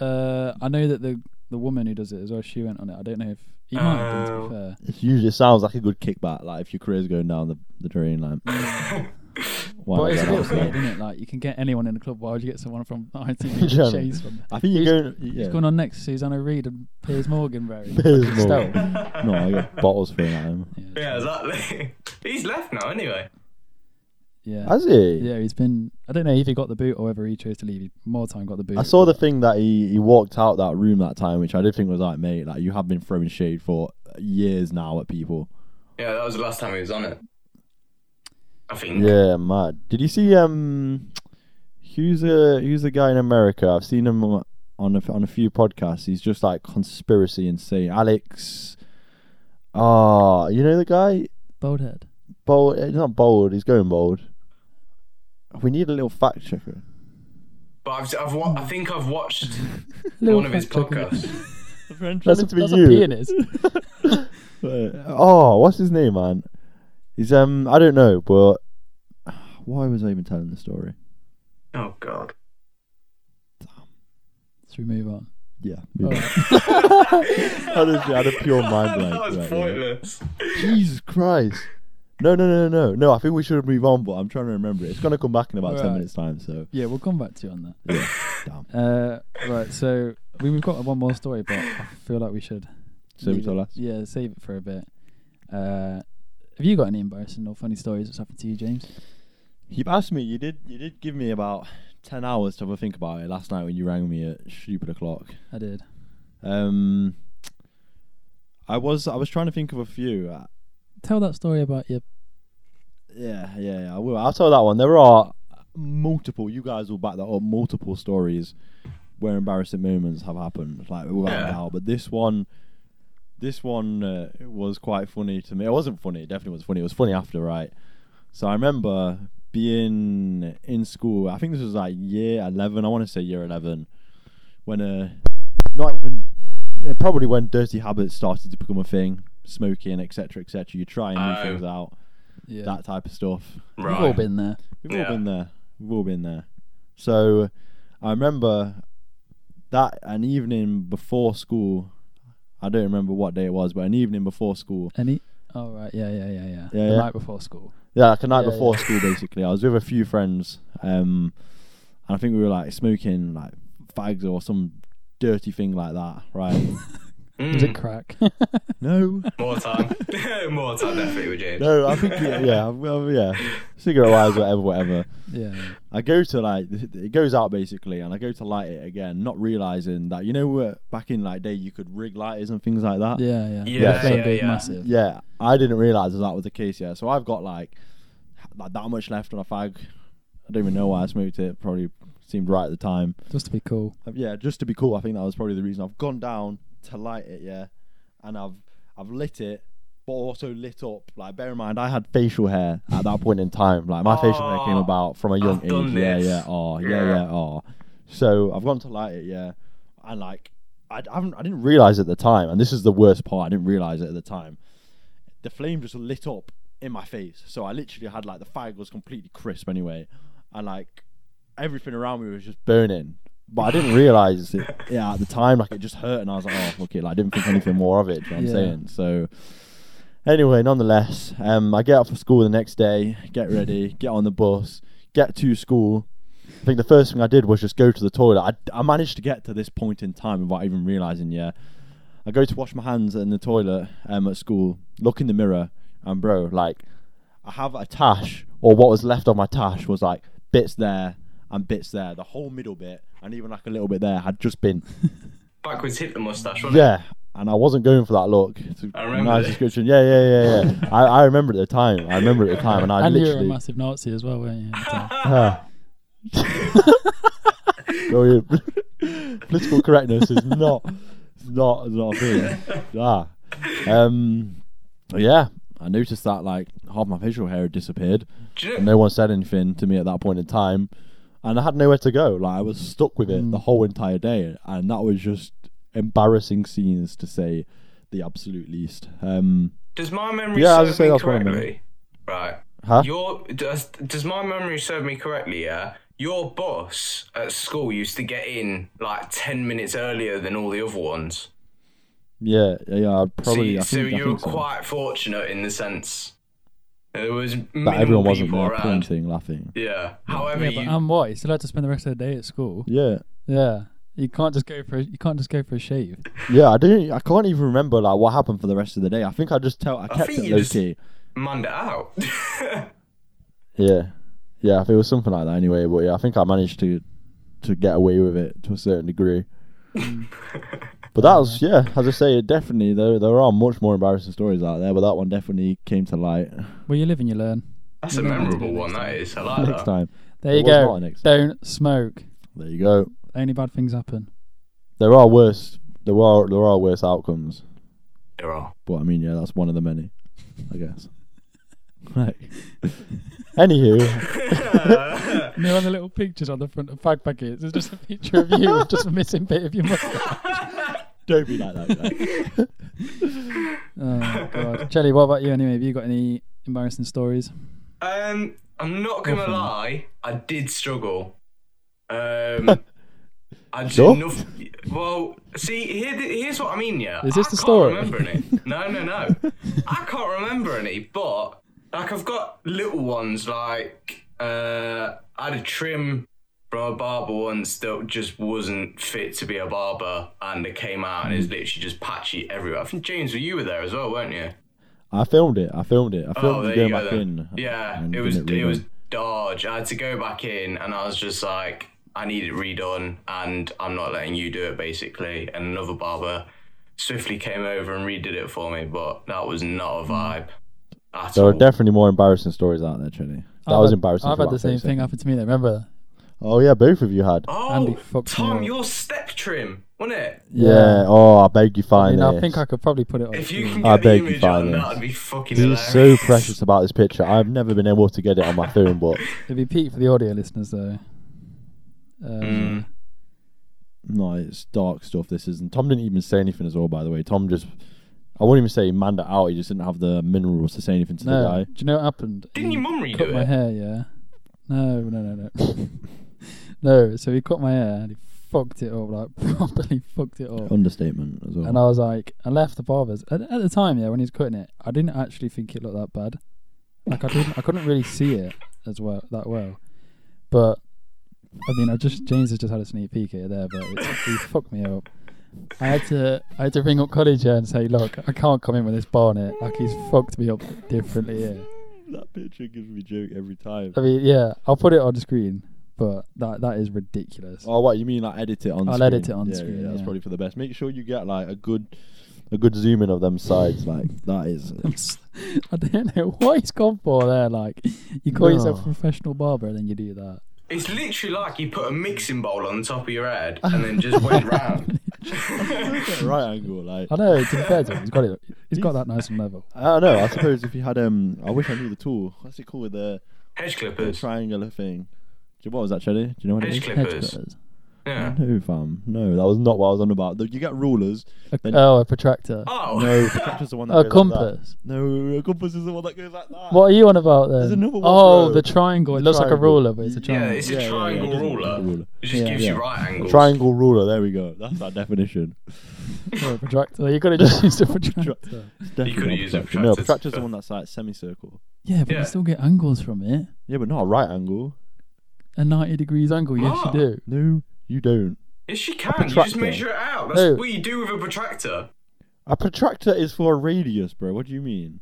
[SPEAKER 1] Uh, I know that the, the woman who does it as well, she went on it. I don't know if he might have been, to
[SPEAKER 2] Oh.
[SPEAKER 1] be fair.
[SPEAKER 3] it's usually it sounds like a good kickback. Like if your career's going down the the drain, like. why not
[SPEAKER 1] But it's a
[SPEAKER 3] go down
[SPEAKER 1] bit
[SPEAKER 3] the drain?
[SPEAKER 1] weird, isn't it? Like, you can get anyone in the club. Why would you get someone from
[SPEAKER 3] Do
[SPEAKER 1] ITV
[SPEAKER 3] you know what I
[SPEAKER 1] to
[SPEAKER 3] mean?
[SPEAKER 1] chase from
[SPEAKER 3] I think you're going. Yeah.
[SPEAKER 1] What's going on next? Susanna Reid and Piers Morgan, very.
[SPEAKER 3] Piers
[SPEAKER 1] Fucking
[SPEAKER 3] Morgan.
[SPEAKER 1] stealth.
[SPEAKER 3] no, I got bottles for him.
[SPEAKER 2] Yeah, exactly. He's left now, anyway.
[SPEAKER 1] Yeah.
[SPEAKER 3] Has he?
[SPEAKER 1] Yeah, he's been. I don't know if he got the boot or whether he chose to leave. He More time got the boot.
[SPEAKER 3] I saw the thing that he, he walked out that room that time, which I did think was like, mate, like you have been throwing shade for years now at people.
[SPEAKER 2] Yeah, that was the last time he was on it. I think.
[SPEAKER 3] Yeah, mad. Did you see um, who's a who's the guy in America? I've seen him on a, on a few podcasts. He's just like conspiracy insane. Alex, ah, you know the guy
[SPEAKER 1] Bald head.
[SPEAKER 3] bold. He's not bold. He's going bold. We need a little fact checker.
[SPEAKER 2] But I've, I've wa- I think I've watched
[SPEAKER 1] Little
[SPEAKER 2] one of his
[SPEAKER 1] fact checker.
[SPEAKER 2] podcasts.
[SPEAKER 1] That's,
[SPEAKER 3] Trying
[SPEAKER 1] a,
[SPEAKER 3] be
[SPEAKER 1] that's a
[SPEAKER 3] you.
[SPEAKER 1] pianist.
[SPEAKER 3] Uh, oh, what's his name, man? He's um, I don't know, but why was I even telling the story?
[SPEAKER 2] Oh God.
[SPEAKER 1] Should we move on?
[SPEAKER 3] Yeah,
[SPEAKER 1] Oh,
[SPEAKER 3] honestly, I had a pure mind blank.
[SPEAKER 2] that was
[SPEAKER 3] right there.
[SPEAKER 2] pointless.
[SPEAKER 3] Jesus Christ! No, no, no, no, no, no. I think we should move on, but I'm trying to remember it. It's gonna come back in about ten
[SPEAKER 1] Alright.
[SPEAKER 3] minutes' time. So
[SPEAKER 1] yeah, we'll come back to you on that.
[SPEAKER 3] yeah, damn.
[SPEAKER 1] Uh, right, so I mean, we've got one more story, but I feel like we should.
[SPEAKER 3] So we
[SPEAKER 1] leave
[SPEAKER 3] till
[SPEAKER 1] it-
[SPEAKER 3] last.
[SPEAKER 1] Yeah, save it for a bit. Uh, have you got any embarrassing or funny stories that's happened to you, James?
[SPEAKER 3] You've asked me. You did. You did give me about ten hours to have a think about it last night when you rang me at stupid o'clock.
[SPEAKER 1] I did.
[SPEAKER 3] Um, I was I was trying to think of a few. Uh,
[SPEAKER 1] Tell that story about your.
[SPEAKER 3] Yeah, yeah, yeah. I will. I'll tell that one. There are multiple. You guys will back that up. Multiple stories where embarrassing moments have happened, like without
[SPEAKER 2] Yeah.
[SPEAKER 3] a doubt. But this one, this one uh, was quite funny to me. It wasn't funny. It definitely was funny. It was funny after, right? So I remember being in school. I think this was like year eleven. I want to say year eleven, when uh, not even uh, probably when dirty habits started to become a thing, smoking, etc., etc. You try and
[SPEAKER 2] Oh.
[SPEAKER 3] new things out,
[SPEAKER 1] Yeah.
[SPEAKER 3] that type of stuff.
[SPEAKER 1] We've
[SPEAKER 2] Right.
[SPEAKER 1] all been there.
[SPEAKER 3] We've
[SPEAKER 2] Yeah.
[SPEAKER 3] all been there. We've all been there. So I remember that an evening before school. I don't remember what day it was, but an evening before school.
[SPEAKER 1] Any? Oh right, yeah, yeah, yeah, yeah.
[SPEAKER 3] Yeah,
[SPEAKER 1] the
[SPEAKER 3] yeah.
[SPEAKER 1] night before school.
[SPEAKER 3] Yeah, like a night
[SPEAKER 1] Yeah,
[SPEAKER 3] before
[SPEAKER 1] yeah.
[SPEAKER 3] school, basically. I was with a few friends, um, and I think we were like smoking like fags or some dirty thing like that, right?
[SPEAKER 1] Was it
[SPEAKER 2] Mm,
[SPEAKER 1] crack?
[SPEAKER 3] no,
[SPEAKER 2] Hmm, more time. more time, definitely, with James.
[SPEAKER 3] no, I think yeah, yeah, well, yeah, cigarette wise, whatever, whatever.
[SPEAKER 1] yeah.
[SPEAKER 3] I go to like it goes out basically, and I go to light it again, not realizing that you know uh, back in like day you could rig lighters and things like that.
[SPEAKER 1] Yeah, yeah.
[SPEAKER 2] Yeah,
[SPEAKER 1] They're
[SPEAKER 2] yeah,
[SPEAKER 1] big,
[SPEAKER 2] yeah.
[SPEAKER 1] massive.
[SPEAKER 3] Yeah, I didn't realize that, that was the case. Yeah, so I've got like h- like that much left on a fag. I don't even know why I smoked it. Probably seemed right at the time.
[SPEAKER 1] Just to be cool.
[SPEAKER 3] Uh, yeah, just to be cool, I think that was probably the reason I've gone down to light it, yeah, and I've I've lit it, but also lit up. Like, bear in mind, I had facial hair at that point in time. Like, my facial hair came
[SPEAKER 2] Oh,
[SPEAKER 3] about from a young
[SPEAKER 2] I've done
[SPEAKER 3] age. Yeah,
[SPEAKER 2] this.
[SPEAKER 3] yeah, oh, yeah, yeah,
[SPEAKER 2] Yeah.
[SPEAKER 3] oh. So I've gone to light it, yeah, and like I, I haven't, I didn't realize at the time, and this is the worst part. I didn't realize it at the time. The flame just lit up in my face, so I literally had like the fag was completely crisp anyway, and like everything around me was just burning. But I didn't realize it yeah, at the time. Like it just hurt, and I was like, "Oh, fuck it!" Like, I didn't think anything more of it. do you know what
[SPEAKER 1] Yeah.
[SPEAKER 3] I'm saying. So, anyway, nonetheless, um, I get out for school the next day, get ready, get on the bus, get to school. I think the first thing I did was just go to the toilet. I, I managed to get to this point in time without even realizing. Yeah, I go to wash my hands in the toilet um, at school, look in the mirror, and bro, like, I have a tash, or what was left of my tash was like bits there and bits there. The whole middle bit, and even like a little bit there, had just been
[SPEAKER 2] Backwards hit the mustache, wasn't
[SPEAKER 3] yeah, and I wasn't going for that look. It's a
[SPEAKER 2] I remember
[SPEAKER 3] nice
[SPEAKER 2] that.
[SPEAKER 3] description. Yeah, yeah, yeah, yeah. I, I remember at the time. I remember at the time, and I
[SPEAKER 1] and you were a
[SPEAKER 3] literally.
[SPEAKER 1] massive Nazi as well, weren't you? uh, at the time?
[SPEAKER 3] Go in. Oh, Political correctness is not, it's not, it's not a thing. Ah. Um, yeah, I noticed that like half my facial hair had disappeared.
[SPEAKER 2] it? Do you know-
[SPEAKER 3] No one said anything to me at that point in time, and I had nowhere to go. Like I was stuck with it the
[SPEAKER 2] Mm.
[SPEAKER 3] whole entire day, and that was just embarrassing scenes to say the absolute least. Um,
[SPEAKER 2] Does my memory
[SPEAKER 3] Yeah,
[SPEAKER 2] yeah,
[SPEAKER 3] I
[SPEAKER 2] serve
[SPEAKER 3] was gonna say
[SPEAKER 2] me
[SPEAKER 3] that's what I meant.
[SPEAKER 2] correctly? Right.
[SPEAKER 3] huh?
[SPEAKER 2] Your does does my memory serve me correctly? Yeah. Your boss at school used to get in like ten minutes earlier than all the other ones.
[SPEAKER 3] Yeah, yeah, yeah, I'd
[SPEAKER 2] So
[SPEAKER 3] probably.
[SPEAKER 2] you-
[SPEAKER 3] I
[SPEAKER 2] so
[SPEAKER 3] think, I
[SPEAKER 2] you were
[SPEAKER 3] think so.
[SPEAKER 2] quite fortunate in the sense there was
[SPEAKER 3] But
[SPEAKER 2] minimal
[SPEAKER 3] everyone wasn't
[SPEAKER 2] people
[SPEAKER 3] there
[SPEAKER 2] around.
[SPEAKER 3] pointing, laughing.
[SPEAKER 2] Yeah. However,
[SPEAKER 1] yeah,
[SPEAKER 2] you,
[SPEAKER 1] but um, what? You still had to spend the rest of the day at school.
[SPEAKER 3] Yeah,
[SPEAKER 1] Yeah. You can't just go for a, you can't just go for a shave.
[SPEAKER 3] yeah. I don't. I can't even remember like what happened for the rest of the day. I think I just tell. I kept
[SPEAKER 2] think
[SPEAKER 3] it
[SPEAKER 2] you
[SPEAKER 3] low
[SPEAKER 2] just-
[SPEAKER 3] key.
[SPEAKER 2] manned it out.
[SPEAKER 3] Yeah, yeah. I think it was something like that anyway. But yeah, I think I managed to to get away with it to a certain degree. but that was yeah. As I say, it definitely there there are much more embarrassing stories out there, but that one definitely came to light
[SPEAKER 1] Well, you live and you learn.
[SPEAKER 2] That's a
[SPEAKER 1] Maybe I'll do
[SPEAKER 2] memorable
[SPEAKER 1] it
[SPEAKER 2] one.
[SPEAKER 1] next time.
[SPEAKER 2] That is. I like
[SPEAKER 3] next
[SPEAKER 2] that.
[SPEAKER 3] time.
[SPEAKER 1] There
[SPEAKER 3] It
[SPEAKER 1] you
[SPEAKER 3] was not
[SPEAKER 1] go.
[SPEAKER 3] an exception.
[SPEAKER 1] Don't smoke.
[SPEAKER 3] There you go.
[SPEAKER 1] Only bad things happen.
[SPEAKER 3] There are worse. There are there are worse outcomes.
[SPEAKER 2] There are.
[SPEAKER 3] But I mean, yeah, that's one of the many, I guess. Right. Anywho,
[SPEAKER 1] And they're on the little pictures on the front of fag packets. It's just a picture of you with just a missing bit of your mustache.
[SPEAKER 3] don't be like that. Guy.
[SPEAKER 1] Oh my god. Chelly, what about you anyway? Have you got any embarrassing stories?
[SPEAKER 2] Um, I'm not gonna
[SPEAKER 1] Nothing.
[SPEAKER 2] lie, I did struggle. Um, I did
[SPEAKER 3] Sure?
[SPEAKER 2] enough. Well, see, here, here's what I mean. Yeah,
[SPEAKER 1] Is this
[SPEAKER 2] I
[SPEAKER 1] the
[SPEAKER 2] can't
[SPEAKER 1] story?
[SPEAKER 2] Remember any. No, no, no. I can't remember any, but like I've got little ones. Like uh, I had a trim from a barber once that just wasn't fit to be a barber, and it came out and it's literally just patchy everywhere. I think James, you were there as well, weren't you?
[SPEAKER 3] I filmed it. I filmed it. I filmed
[SPEAKER 2] Oh, there
[SPEAKER 3] you going
[SPEAKER 2] you go.
[SPEAKER 3] back
[SPEAKER 2] then.
[SPEAKER 3] in.
[SPEAKER 2] Yeah,
[SPEAKER 3] and
[SPEAKER 2] it was
[SPEAKER 3] didn't
[SPEAKER 2] it was
[SPEAKER 3] redone.
[SPEAKER 2] dodge. I had to go back in, and I was just like, I need it redone, and I'm not letting you do it, basically. And another barber swiftly came over and redid it for me, but that was not a
[SPEAKER 3] Hmm.
[SPEAKER 2] vibe at
[SPEAKER 3] There
[SPEAKER 2] all.
[SPEAKER 3] are definitely more embarrassing stories out there, Trini. That
[SPEAKER 1] I've
[SPEAKER 3] was
[SPEAKER 1] had-
[SPEAKER 3] embarrassing.
[SPEAKER 1] I've
[SPEAKER 3] for
[SPEAKER 1] had
[SPEAKER 3] about
[SPEAKER 1] the same
[SPEAKER 3] 30
[SPEAKER 1] thing
[SPEAKER 3] seconds.
[SPEAKER 1] happen to me. Though. Remember,
[SPEAKER 3] Oh yeah, both of you had.
[SPEAKER 2] Oh,
[SPEAKER 1] Andy fucked me
[SPEAKER 2] Tom,
[SPEAKER 1] up.
[SPEAKER 2] your step trim, wasn't it?
[SPEAKER 3] Yeah. Oh, I beg you
[SPEAKER 1] I
[SPEAKER 3] find
[SPEAKER 1] mean, I
[SPEAKER 3] this.
[SPEAKER 1] think I could probably put it on.
[SPEAKER 2] If you can
[SPEAKER 1] screen.
[SPEAKER 2] get
[SPEAKER 3] I
[SPEAKER 2] the
[SPEAKER 3] beg you,
[SPEAKER 2] image on,
[SPEAKER 3] Violet.
[SPEAKER 2] that'd be fucking
[SPEAKER 3] He's
[SPEAKER 2] hilarious.
[SPEAKER 3] so precious about this picture. I've never been able to get it on my phone, but
[SPEAKER 1] It'd be peak for the audio listeners though. Uh,
[SPEAKER 2] Mm.
[SPEAKER 3] no, it's dark stuff. This isn't. Tom didn't even say anything as well. By the way, Tom just. I won't even say he manned it out. He just didn't have the minerals to say anything to
[SPEAKER 1] No,
[SPEAKER 3] the guy.
[SPEAKER 1] do you know what happened?
[SPEAKER 2] Didn't
[SPEAKER 1] He
[SPEAKER 2] your mum
[SPEAKER 1] cut
[SPEAKER 2] redo
[SPEAKER 1] my
[SPEAKER 2] it?
[SPEAKER 1] hair? Yeah. No, no, no, no. no. So he cut my hair and he fucked it up like properly fucked it
[SPEAKER 3] Oh,
[SPEAKER 1] up.
[SPEAKER 3] Understatement as well.
[SPEAKER 1] And I was like, I left the barbers at, at the time. Yeah, when he was cutting it, I didn't actually think it looked that bad. Like I didn't, I couldn't really see it as well that well. But I mean, I just James has just had a sneak peek at it there, but it, he fucked me up. I had to, I had to ring up college here and say, look, I can't come in with this barnet. Like he's fucked me up differently here.
[SPEAKER 3] that picture gives me joke every time.
[SPEAKER 1] I mean, yeah, I'll put it on the screen, but that that is ridiculous.
[SPEAKER 3] Oh, what you mean? Like edit it on.
[SPEAKER 1] I'll
[SPEAKER 3] screen.
[SPEAKER 1] edit it on
[SPEAKER 3] yeah,
[SPEAKER 1] screen,
[SPEAKER 3] Yeah, that's
[SPEAKER 1] yeah.
[SPEAKER 3] probably for the best. Make sure you get like a good, a good zoom in of them sides. Like that is.
[SPEAKER 1] I'm s- I don't know what he's gone for there. Like, you call yourself a
[SPEAKER 3] No.
[SPEAKER 1] professional barber and then you do that.
[SPEAKER 2] It's literally like you put a mixing bowl on the top of your head and then just went round.
[SPEAKER 3] right angle. Like
[SPEAKER 1] I know. To be fair to him, he's got it. He's got
[SPEAKER 3] He's-
[SPEAKER 1] that nice and level.
[SPEAKER 3] I don't know. I suppose if you had um, I wish I knew the tool. What's it called? The,
[SPEAKER 2] Hedge
[SPEAKER 3] the
[SPEAKER 2] clippers.
[SPEAKER 3] triangular thing. Do you- What was that, Shelley? Do you know what it
[SPEAKER 2] Hedge
[SPEAKER 3] is?
[SPEAKER 1] Hedge
[SPEAKER 2] clippers.
[SPEAKER 1] cutters. Mm-hmm.
[SPEAKER 2] Yeah.
[SPEAKER 3] No, fam. No, that was not what I was on about. The- You get rulers.
[SPEAKER 1] A,
[SPEAKER 3] Then-
[SPEAKER 1] oh, a protractor.
[SPEAKER 2] Oh.
[SPEAKER 3] No, the contractor's the one that
[SPEAKER 1] a
[SPEAKER 3] goes Like that.
[SPEAKER 1] compass.
[SPEAKER 3] No, a compass is the one that goes like that.
[SPEAKER 1] What are you on about then?
[SPEAKER 3] There's another one,
[SPEAKER 1] oh,
[SPEAKER 3] bro.
[SPEAKER 1] the triangle. It
[SPEAKER 3] The
[SPEAKER 1] looks like a
[SPEAKER 3] triangle.
[SPEAKER 1] ruler, but it's a
[SPEAKER 2] yeah,
[SPEAKER 1] triangle.
[SPEAKER 2] it's a
[SPEAKER 3] Yeah, yeah, yeah,
[SPEAKER 2] triangle
[SPEAKER 3] it doesn't- it's a
[SPEAKER 2] ruler.
[SPEAKER 3] ruler.
[SPEAKER 2] It just
[SPEAKER 1] Yeah.
[SPEAKER 2] gives
[SPEAKER 3] Yeah.
[SPEAKER 2] you right angles.
[SPEAKER 3] Triangle ruler. There we go. That's our definition.
[SPEAKER 1] Or a protractor. You gotta just use the protractor.
[SPEAKER 3] It's definitely
[SPEAKER 2] could've
[SPEAKER 3] not
[SPEAKER 2] used a
[SPEAKER 3] protractor. No,
[SPEAKER 2] protractor,
[SPEAKER 3] protractor's the
[SPEAKER 2] but-
[SPEAKER 3] one that's like semicircle.
[SPEAKER 1] Yeah, but
[SPEAKER 2] Yeah.
[SPEAKER 1] you still get angles from it.
[SPEAKER 3] Yeah, but not a right angle.
[SPEAKER 1] A ninety degrees angle. Yes,
[SPEAKER 2] Ah.
[SPEAKER 1] you do.
[SPEAKER 3] No, you don't.
[SPEAKER 2] Yes, you can. You just
[SPEAKER 3] protractor.
[SPEAKER 2] measure it out. That's
[SPEAKER 1] No.
[SPEAKER 2] what you do with a protractor.
[SPEAKER 3] A protractor is for a radius, bro. What do you mean?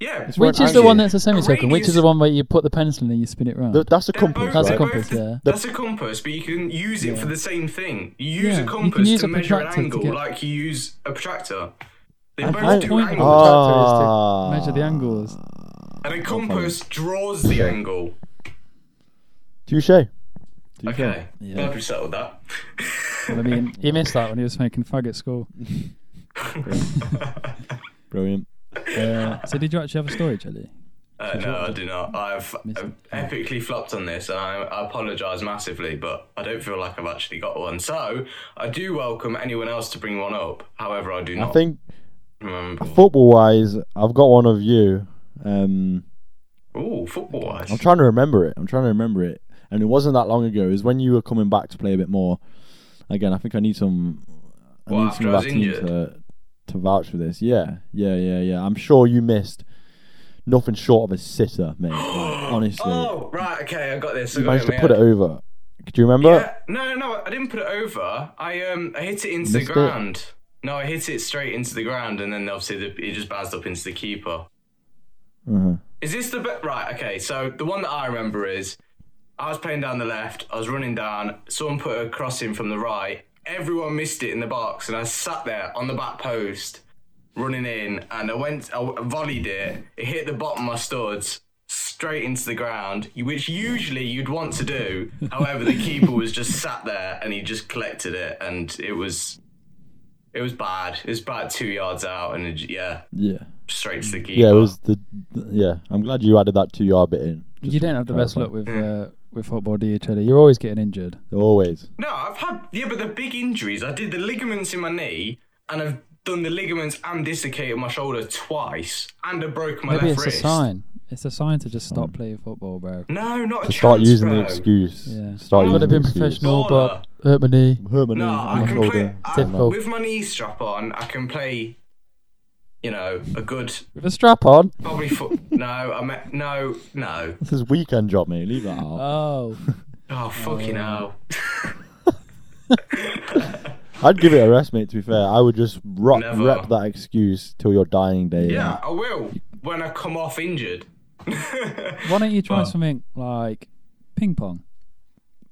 [SPEAKER 2] Yeah.
[SPEAKER 3] It's
[SPEAKER 1] Which
[SPEAKER 3] right
[SPEAKER 1] is the one
[SPEAKER 3] angle.
[SPEAKER 1] that's a semicircle? Which is
[SPEAKER 2] radius-
[SPEAKER 1] the one where you put the pencil in and you spin it round?
[SPEAKER 3] Th- that's a
[SPEAKER 2] They're
[SPEAKER 3] compass,
[SPEAKER 2] both-
[SPEAKER 1] That's a
[SPEAKER 2] they're
[SPEAKER 3] right?
[SPEAKER 1] compass,
[SPEAKER 2] both-
[SPEAKER 1] yeah.
[SPEAKER 2] That's a compass, but you can use it for the same thing. You
[SPEAKER 1] Yeah,
[SPEAKER 2] use a
[SPEAKER 1] you can
[SPEAKER 2] compass
[SPEAKER 1] use
[SPEAKER 2] to
[SPEAKER 1] a
[SPEAKER 2] measure an
[SPEAKER 1] protractor to
[SPEAKER 2] angle
[SPEAKER 1] get-
[SPEAKER 2] like you use a protractor. They
[SPEAKER 1] And
[SPEAKER 2] both
[SPEAKER 1] that's
[SPEAKER 2] do
[SPEAKER 1] the point uh, of
[SPEAKER 2] angles.
[SPEAKER 1] the
[SPEAKER 3] Ah.
[SPEAKER 1] protractor is to measure the angles.
[SPEAKER 2] And a compass draws the angle.
[SPEAKER 3] Touche. Touche.
[SPEAKER 2] Okay.
[SPEAKER 1] Yeah.
[SPEAKER 2] Glad we settled that.
[SPEAKER 1] Well, I mean, he missed that when he was smoking fag at school.
[SPEAKER 3] Brilliant.
[SPEAKER 1] Uh, so did you actually have a story, Jelly?
[SPEAKER 2] Uh, no, I do not. I've, I've epically flopped on this, and I, I apologise massively, but I don't feel like I've actually got one. So I do welcome anyone else to bring one up. However, I do
[SPEAKER 3] I
[SPEAKER 2] not
[SPEAKER 3] think
[SPEAKER 2] remember.
[SPEAKER 3] football wise, I've got one of you. Um,
[SPEAKER 2] Ooh, football wise.
[SPEAKER 3] I'm trying to remember it. I'm trying to remember it. And it wasn't that long ago. It was when you were coming back to play a bit more. Again, I think I need some. I
[SPEAKER 2] What,
[SPEAKER 3] need some
[SPEAKER 2] after
[SPEAKER 3] of
[SPEAKER 2] I was
[SPEAKER 3] our team
[SPEAKER 2] injured?
[SPEAKER 3] to, to vouch for this. Yeah, yeah, yeah, yeah. I'm sure you missed nothing short of a sitter, mate. Like, honestly,
[SPEAKER 2] Oh, right, okay, I got this. I
[SPEAKER 3] you
[SPEAKER 2] got
[SPEAKER 3] managed
[SPEAKER 2] in
[SPEAKER 3] to
[SPEAKER 2] my
[SPEAKER 3] put it
[SPEAKER 2] head.
[SPEAKER 3] over. Do you remember?
[SPEAKER 2] Yeah, no, no, no, I didn't put it over. I um, I hit it into
[SPEAKER 3] Missed
[SPEAKER 2] the
[SPEAKER 3] it.
[SPEAKER 2] ground. No, I hit it straight into the ground, and then obviously the, it just bounced up into the keeper.
[SPEAKER 3] Uh-huh.
[SPEAKER 2] Is this the be- right? Okay, so the one that I remember is I was playing down the left. I was running down. Someone put a cross in from the right. Everyone missed it in the box, and I sat there on the back post, running in, and I went. I volleyed it. It hit the bottom of my studs. Straight into the ground, which usually you'd want to do. However, the keeper was just sat there and he just collected it, and it was, it was bad. It was about two yards out, and it, yeah,
[SPEAKER 3] Yeah.
[SPEAKER 2] straight to the keeper.
[SPEAKER 3] Yeah, it was the. the- Yeah, I'm glad you added that two yard bit in.
[SPEAKER 1] you don't have the best luck with uh, with football, do you, Jelly? You're always getting injured.
[SPEAKER 3] Always.
[SPEAKER 2] No, I've had yeah, but the big injuries. I did the ligaments in my knee, and I've done the ligaments and dislocated my shoulder twice, and I broke my
[SPEAKER 1] Maybe
[SPEAKER 2] left
[SPEAKER 1] it's
[SPEAKER 2] wrist.
[SPEAKER 1] a sign. It's a sign to just
[SPEAKER 3] Mm.
[SPEAKER 1] stop playing football, bro.
[SPEAKER 2] No, not a
[SPEAKER 3] Start
[SPEAKER 2] chance,
[SPEAKER 3] using
[SPEAKER 2] bro.
[SPEAKER 3] the excuse.
[SPEAKER 1] Yeah.
[SPEAKER 3] Start
[SPEAKER 1] I would have
[SPEAKER 3] using the
[SPEAKER 1] been
[SPEAKER 3] excuse.
[SPEAKER 1] professional,
[SPEAKER 2] Baller.
[SPEAKER 1] but hurt my knee.
[SPEAKER 3] Hurt my knee,
[SPEAKER 2] No, I
[SPEAKER 3] my
[SPEAKER 2] can play
[SPEAKER 3] shoulder.
[SPEAKER 2] I-
[SPEAKER 1] Difficult.
[SPEAKER 2] with my knee strap on. I can play, you know, a good
[SPEAKER 1] With a strap on.
[SPEAKER 2] probably foot. no, I meant no, no.
[SPEAKER 3] This is weekend job, mate. Leave that out.
[SPEAKER 1] Oh.
[SPEAKER 2] Oh fucking hell!
[SPEAKER 3] I'd give it a rest, mate. To be fair, I would just rock,
[SPEAKER 2] Never.
[SPEAKER 3] rep that excuse till your dying day.
[SPEAKER 2] Yeah, I will when I come off injured.
[SPEAKER 1] Why don't you try
[SPEAKER 2] Well.
[SPEAKER 1] something like ping pong?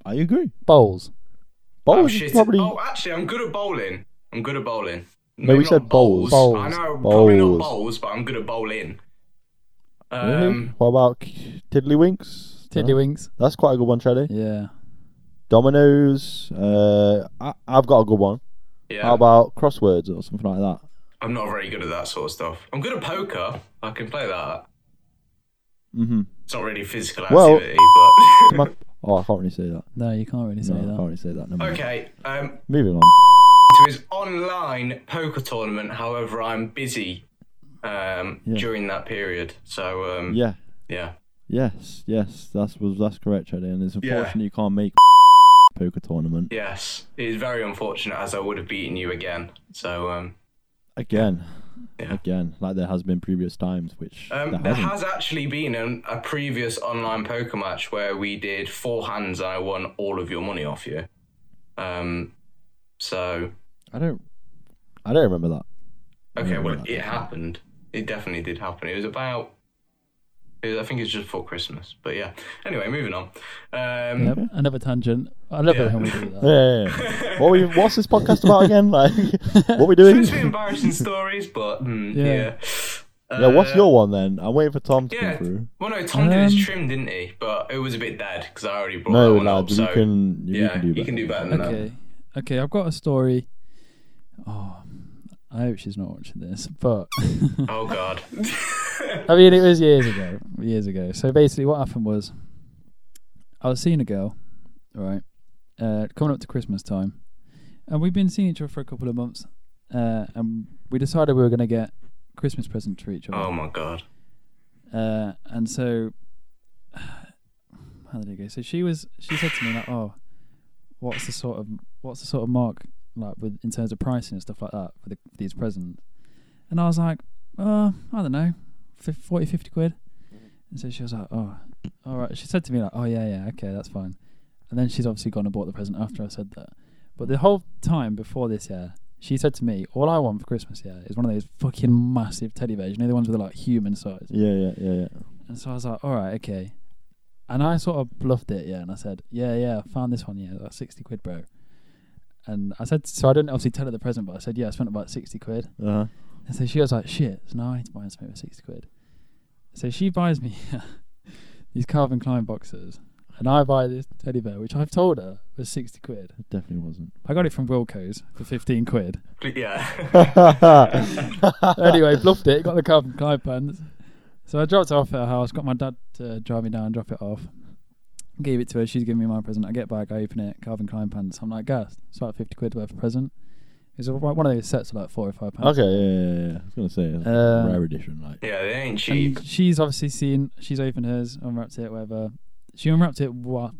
[SPEAKER 3] I agree.
[SPEAKER 1] Bowls.
[SPEAKER 2] Oh,
[SPEAKER 3] Bowls is
[SPEAKER 2] shit.
[SPEAKER 3] probably
[SPEAKER 2] oh, actually, I'm good at bowling. I'm good at bowling.
[SPEAKER 3] No, we
[SPEAKER 2] Maybe
[SPEAKER 3] said
[SPEAKER 2] not
[SPEAKER 3] bowls.
[SPEAKER 2] I
[SPEAKER 1] Bowls.
[SPEAKER 2] know, probably not
[SPEAKER 3] Bowls.
[SPEAKER 2] bowls, but I'm good at bowling.
[SPEAKER 3] Really?
[SPEAKER 2] Um,
[SPEAKER 3] What about k- tiddlywinks? No?
[SPEAKER 1] Tiddlywinks.
[SPEAKER 3] That's quite a good one, Charlie.
[SPEAKER 1] Yeah.
[SPEAKER 3] Dominoes. Uh, I, I've got a good one.
[SPEAKER 2] Yeah.
[SPEAKER 3] How about crosswords or something like that?
[SPEAKER 2] I'm not very good at that sort of stuff. I'm good at poker. I can play that.
[SPEAKER 3] Mm-hmm.
[SPEAKER 2] It's not really physical
[SPEAKER 3] Well-
[SPEAKER 2] activity,
[SPEAKER 3] My, oh, I can't really say that.
[SPEAKER 1] No, you can't really say
[SPEAKER 3] No, Oh, I can't
[SPEAKER 1] that.
[SPEAKER 3] really say that. No,
[SPEAKER 2] but okay. Um,
[SPEAKER 3] Moving on.
[SPEAKER 2] to his online poker tournament. However, I'm busy um,
[SPEAKER 3] Yeah.
[SPEAKER 2] during that period. So um, yeah.
[SPEAKER 3] Yeah. Yes. Yes. That's was that's correct, Eddie. And it's
[SPEAKER 2] Yeah.
[SPEAKER 3] unfortunate you can't make poker tournament
[SPEAKER 2] yes, it is very unfortunate as I would have beaten you again. So um,
[SPEAKER 3] again.
[SPEAKER 2] Yeah.
[SPEAKER 3] Again, like there has been previous times, which
[SPEAKER 2] um,
[SPEAKER 3] there
[SPEAKER 2] there
[SPEAKER 3] hasn't.
[SPEAKER 2] has actually been an, a previous online poker match where we did four hands and I won all of your money off you. Um, so
[SPEAKER 3] I don't. I don't remember that.
[SPEAKER 2] okay,
[SPEAKER 3] remember
[SPEAKER 2] well
[SPEAKER 3] that.
[SPEAKER 2] it happened. It definitely did happen. It was about. it was- I think it's just before Christmas, but yeah. Anyway, moving on. Um,
[SPEAKER 1] Yep, another tangent. I love it
[SPEAKER 2] Yeah.
[SPEAKER 1] when we do that.
[SPEAKER 3] Yeah, yeah, yeah. what we, what's this podcast about again? Like, what we doing?
[SPEAKER 2] Supposed to be embarrassing stories, but mm,
[SPEAKER 1] Yeah.
[SPEAKER 2] yeah.
[SPEAKER 3] Yeah, what's
[SPEAKER 2] Uh,
[SPEAKER 3] your one then? I'm waiting for Tom to
[SPEAKER 2] Yeah.
[SPEAKER 3] come through.
[SPEAKER 2] Well, no, Tom did his
[SPEAKER 1] Um,
[SPEAKER 2] trim, didn't he? But it was a bit dead because I already brought
[SPEAKER 3] No,
[SPEAKER 2] that one up.
[SPEAKER 3] lads,
[SPEAKER 2] So
[SPEAKER 3] you can you,
[SPEAKER 2] yeah,
[SPEAKER 3] can do better.
[SPEAKER 2] you can do better than
[SPEAKER 1] Okay, okay. I've got a story. Oh, I hope she's not watching this, but
[SPEAKER 2] that. Oh God.
[SPEAKER 1] I mean, it was years ago. Years ago. So basically, what happened was, I was seeing a girl, right, uh, coming up to Christmas time, and we've been seeing each other for a couple of months, uh, and we decided we were going to get Christmas presents for each
[SPEAKER 2] oh
[SPEAKER 1] other.
[SPEAKER 2] my God.
[SPEAKER 1] Uh, and so, how did it go? So she was. She said to me like, "Oh, what's the sort of what's the sort of mark like with in terms of pricing and stuff like that for, the, for these presents?" And I was like, "Uh, I don't know, fif- 40, 50 quid." And so she was like, "Oh, all right." She said to me like, "Oh yeah, yeah, okay, that's fine." And then she's obviously gone and bought the present after I said that. But the whole time before this, yeah, she said to me, "All I want for Christmas, yeah, is one of those fucking massive teddy bears. You know the ones with like human size."
[SPEAKER 3] Yeah, yeah, yeah, yeah.
[SPEAKER 1] And so I was like, all right, okay. And I sort of bluffed it, yeah. And I said, yeah, yeah, I found this one, yeah, like 60 quid, bro. And I said, so I didn't obviously tell her the present, but I said, yeah, I spent about 60 quid.
[SPEAKER 3] Uh-huh.
[SPEAKER 1] And so she was like, shit, so now I need to buy something for 60 quid. So she buys me these Calvin Klein boxes. And I buy this teddy bear, which I've told her was 60 quid.
[SPEAKER 3] It definitely wasn't.
[SPEAKER 1] I got it from Wilco's for 15 quid.
[SPEAKER 2] But Yeah.
[SPEAKER 1] anyway, bluffed it, got the Calvin Klein pants. So I dropped it off at her house, got my dad to drive me down, drop it off. Gave it to her, she's giving me my present. I get back, I open it, Calvin Klein pants. I'm like, gassed. It's like 50 quid worth of present. It's a- one of those sets of like four or five pounds.
[SPEAKER 3] okay, yeah, yeah, yeah, yeah. I was gonna say it's
[SPEAKER 1] Uh,
[SPEAKER 3] a rare edition, like.
[SPEAKER 2] yeah, they ain't cheap.
[SPEAKER 1] And she's obviously seen, she's opened hers, unwrapped it, whatever. She unwrapped it wha-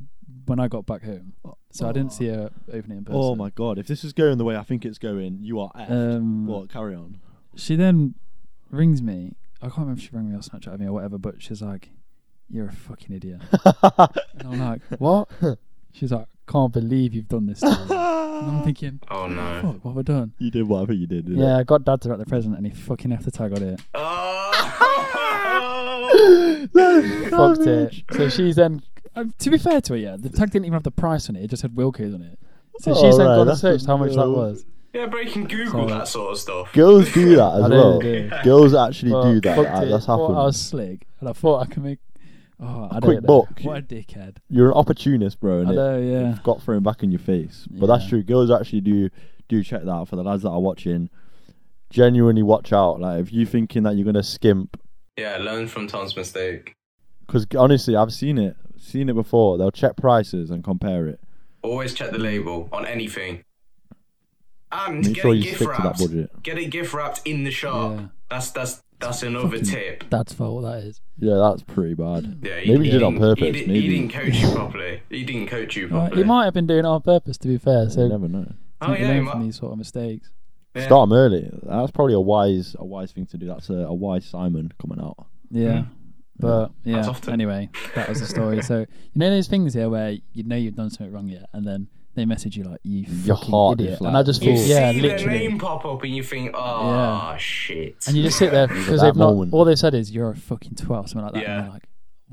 [SPEAKER 1] when I got back home. So I didn't see her open it in person.
[SPEAKER 3] Oh my god! If this is going the way I think it's going, you are effed.
[SPEAKER 1] Um,
[SPEAKER 3] what? Carry on.
[SPEAKER 1] she then rings me. I can't remember if she rang me or Snapchat me or whatever, but she's like, You're a fucking idiot. and I'm like, What? She's like, Can't believe you've done this to me. and I'm thinking,
[SPEAKER 2] Oh no.
[SPEAKER 1] Fuck, what have I done?
[SPEAKER 3] You did what I think you did. Didn't
[SPEAKER 1] Yeah, I got dad to wrap the present and he fucking left the tag on it.
[SPEAKER 2] Oh.
[SPEAKER 1] Fucked it. So she's then, um, to be fair to her, yeah, the tag didn't even have the price on it, it just had Wilco's on it.
[SPEAKER 2] Oh,
[SPEAKER 1] So she's then
[SPEAKER 3] Alright,
[SPEAKER 1] gone and
[SPEAKER 3] that's
[SPEAKER 1] searched how much that
[SPEAKER 3] no-
[SPEAKER 1] was.
[SPEAKER 2] yeah, breaking Google
[SPEAKER 1] Sorry.
[SPEAKER 2] that sort of stuff.
[SPEAKER 3] Girls do that
[SPEAKER 1] I
[SPEAKER 3] as
[SPEAKER 1] know
[SPEAKER 3] well.
[SPEAKER 1] they do.
[SPEAKER 3] Girls actually do
[SPEAKER 1] Well,
[SPEAKER 3] that.
[SPEAKER 1] fucked
[SPEAKER 3] that-
[SPEAKER 1] it.
[SPEAKER 3] That's
[SPEAKER 1] Thought
[SPEAKER 3] happened.
[SPEAKER 1] I was slick and I thought I could make. Oh, I
[SPEAKER 3] quick
[SPEAKER 1] don't know.
[SPEAKER 3] buck.
[SPEAKER 1] What a dickhead.
[SPEAKER 3] You're an opportunist, bro.
[SPEAKER 1] I
[SPEAKER 3] And it
[SPEAKER 1] know, yeah.
[SPEAKER 3] got thrown back in your face. But that's
[SPEAKER 1] Yeah.
[SPEAKER 3] true. Girls actually do do check that out for the lads that are watching. Genuinely watch out. Like if you thinking that you're gonna skimp,
[SPEAKER 2] Yeah, learn from Tom's mistake.
[SPEAKER 3] because honestly, I've seen it, seen it before. They'll check prices and compare it.
[SPEAKER 2] Always check the label on anything. And
[SPEAKER 3] Make
[SPEAKER 2] get
[SPEAKER 3] sure
[SPEAKER 2] it
[SPEAKER 3] you
[SPEAKER 2] gift
[SPEAKER 3] stick to that
[SPEAKER 2] wrapped.
[SPEAKER 3] budget.
[SPEAKER 2] Get it gift wrapped in the shop.
[SPEAKER 1] Yeah.
[SPEAKER 2] That's that's that's another tip.
[SPEAKER 1] Dad's fault, that is.
[SPEAKER 3] Yeah, that's pretty bad.
[SPEAKER 2] Yeah,
[SPEAKER 3] Maybe he did on
[SPEAKER 2] didn't-
[SPEAKER 3] purpose,
[SPEAKER 2] He, did,
[SPEAKER 3] maybe.
[SPEAKER 2] not coach you properly. He didn't coach you
[SPEAKER 1] Uh,
[SPEAKER 2] properly.
[SPEAKER 1] he might have been doing it on purpose, to be fair. So
[SPEAKER 3] you never know.
[SPEAKER 2] Oh
[SPEAKER 1] you
[SPEAKER 2] yeah, he
[SPEAKER 1] learn from
[SPEAKER 2] might.
[SPEAKER 1] these sort of mistakes.
[SPEAKER 2] Yeah.
[SPEAKER 3] Start 'em early. That's probably a wise, a wise thing to do. That's a, a wise Simon coming out.
[SPEAKER 1] Yeah.
[SPEAKER 3] Hmm.
[SPEAKER 1] But yeah.
[SPEAKER 2] often.
[SPEAKER 1] Anyway, that was the story. so you know those things here where you know you've done something wrong yet, and then they message you like you
[SPEAKER 3] Your
[SPEAKER 1] fucking
[SPEAKER 3] heart
[SPEAKER 1] idiot,
[SPEAKER 3] is
[SPEAKER 1] and
[SPEAKER 3] like-
[SPEAKER 1] I just
[SPEAKER 2] You
[SPEAKER 1] thought,
[SPEAKER 2] see
[SPEAKER 1] yeah,
[SPEAKER 2] their name
[SPEAKER 1] literally.
[SPEAKER 2] pop up and you think, oh
[SPEAKER 1] Yeah.
[SPEAKER 2] shit.
[SPEAKER 1] And you just sit there because
[SPEAKER 3] that
[SPEAKER 1] they've not.
[SPEAKER 3] moment.
[SPEAKER 1] All they've said is you're a fucking twat, something like that.
[SPEAKER 2] Yeah.
[SPEAKER 1] And you're like,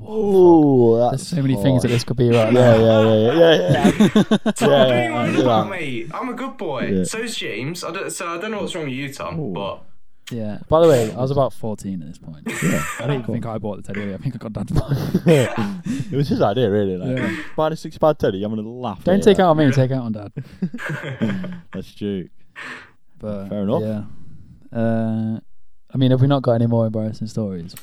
[SPEAKER 3] Oh,
[SPEAKER 1] there's so many things that this could be right
[SPEAKER 3] Yeah,
[SPEAKER 1] now.
[SPEAKER 3] yeah, yeah, yeah, yeah. yeah.
[SPEAKER 2] Tom,
[SPEAKER 3] Yeah,
[SPEAKER 2] don't
[SPEAKER 3] yeah,
[SPEAKER 2] you worry
[SPEAKER 3] yeah.
[SPEAKER 2] about me. I'm a good boy.
[SPEAKER 3] Yeah. Mm,
[SPEAKER 2] So's James. I don't, so I don't know what's wrong with you, Tom, but
[SPEAKER 1] Yeah. By the way, I was about 14 at this point.
[SPEAKER 3] Yeah.
[SPEAKER 1] I don't even think I bought the teddy bear. I think I got dad to buy it.
[SPEAKER 3] it was his idea, really. Like,
[SPEAKER 1] Yeah.
[SPEAKER 3] buy the six pound teddy. I'm gonna laugh.
[SPEAKER 1] Don't take out on me, take out on dad.
[SPEAKER 3] That's true.
[SPEAKER 1] But
[SPEAKER 3] Fair enough.
[SPEAKER 1] Yeah. Uh, I mean, have we not got any more embarrassing stories?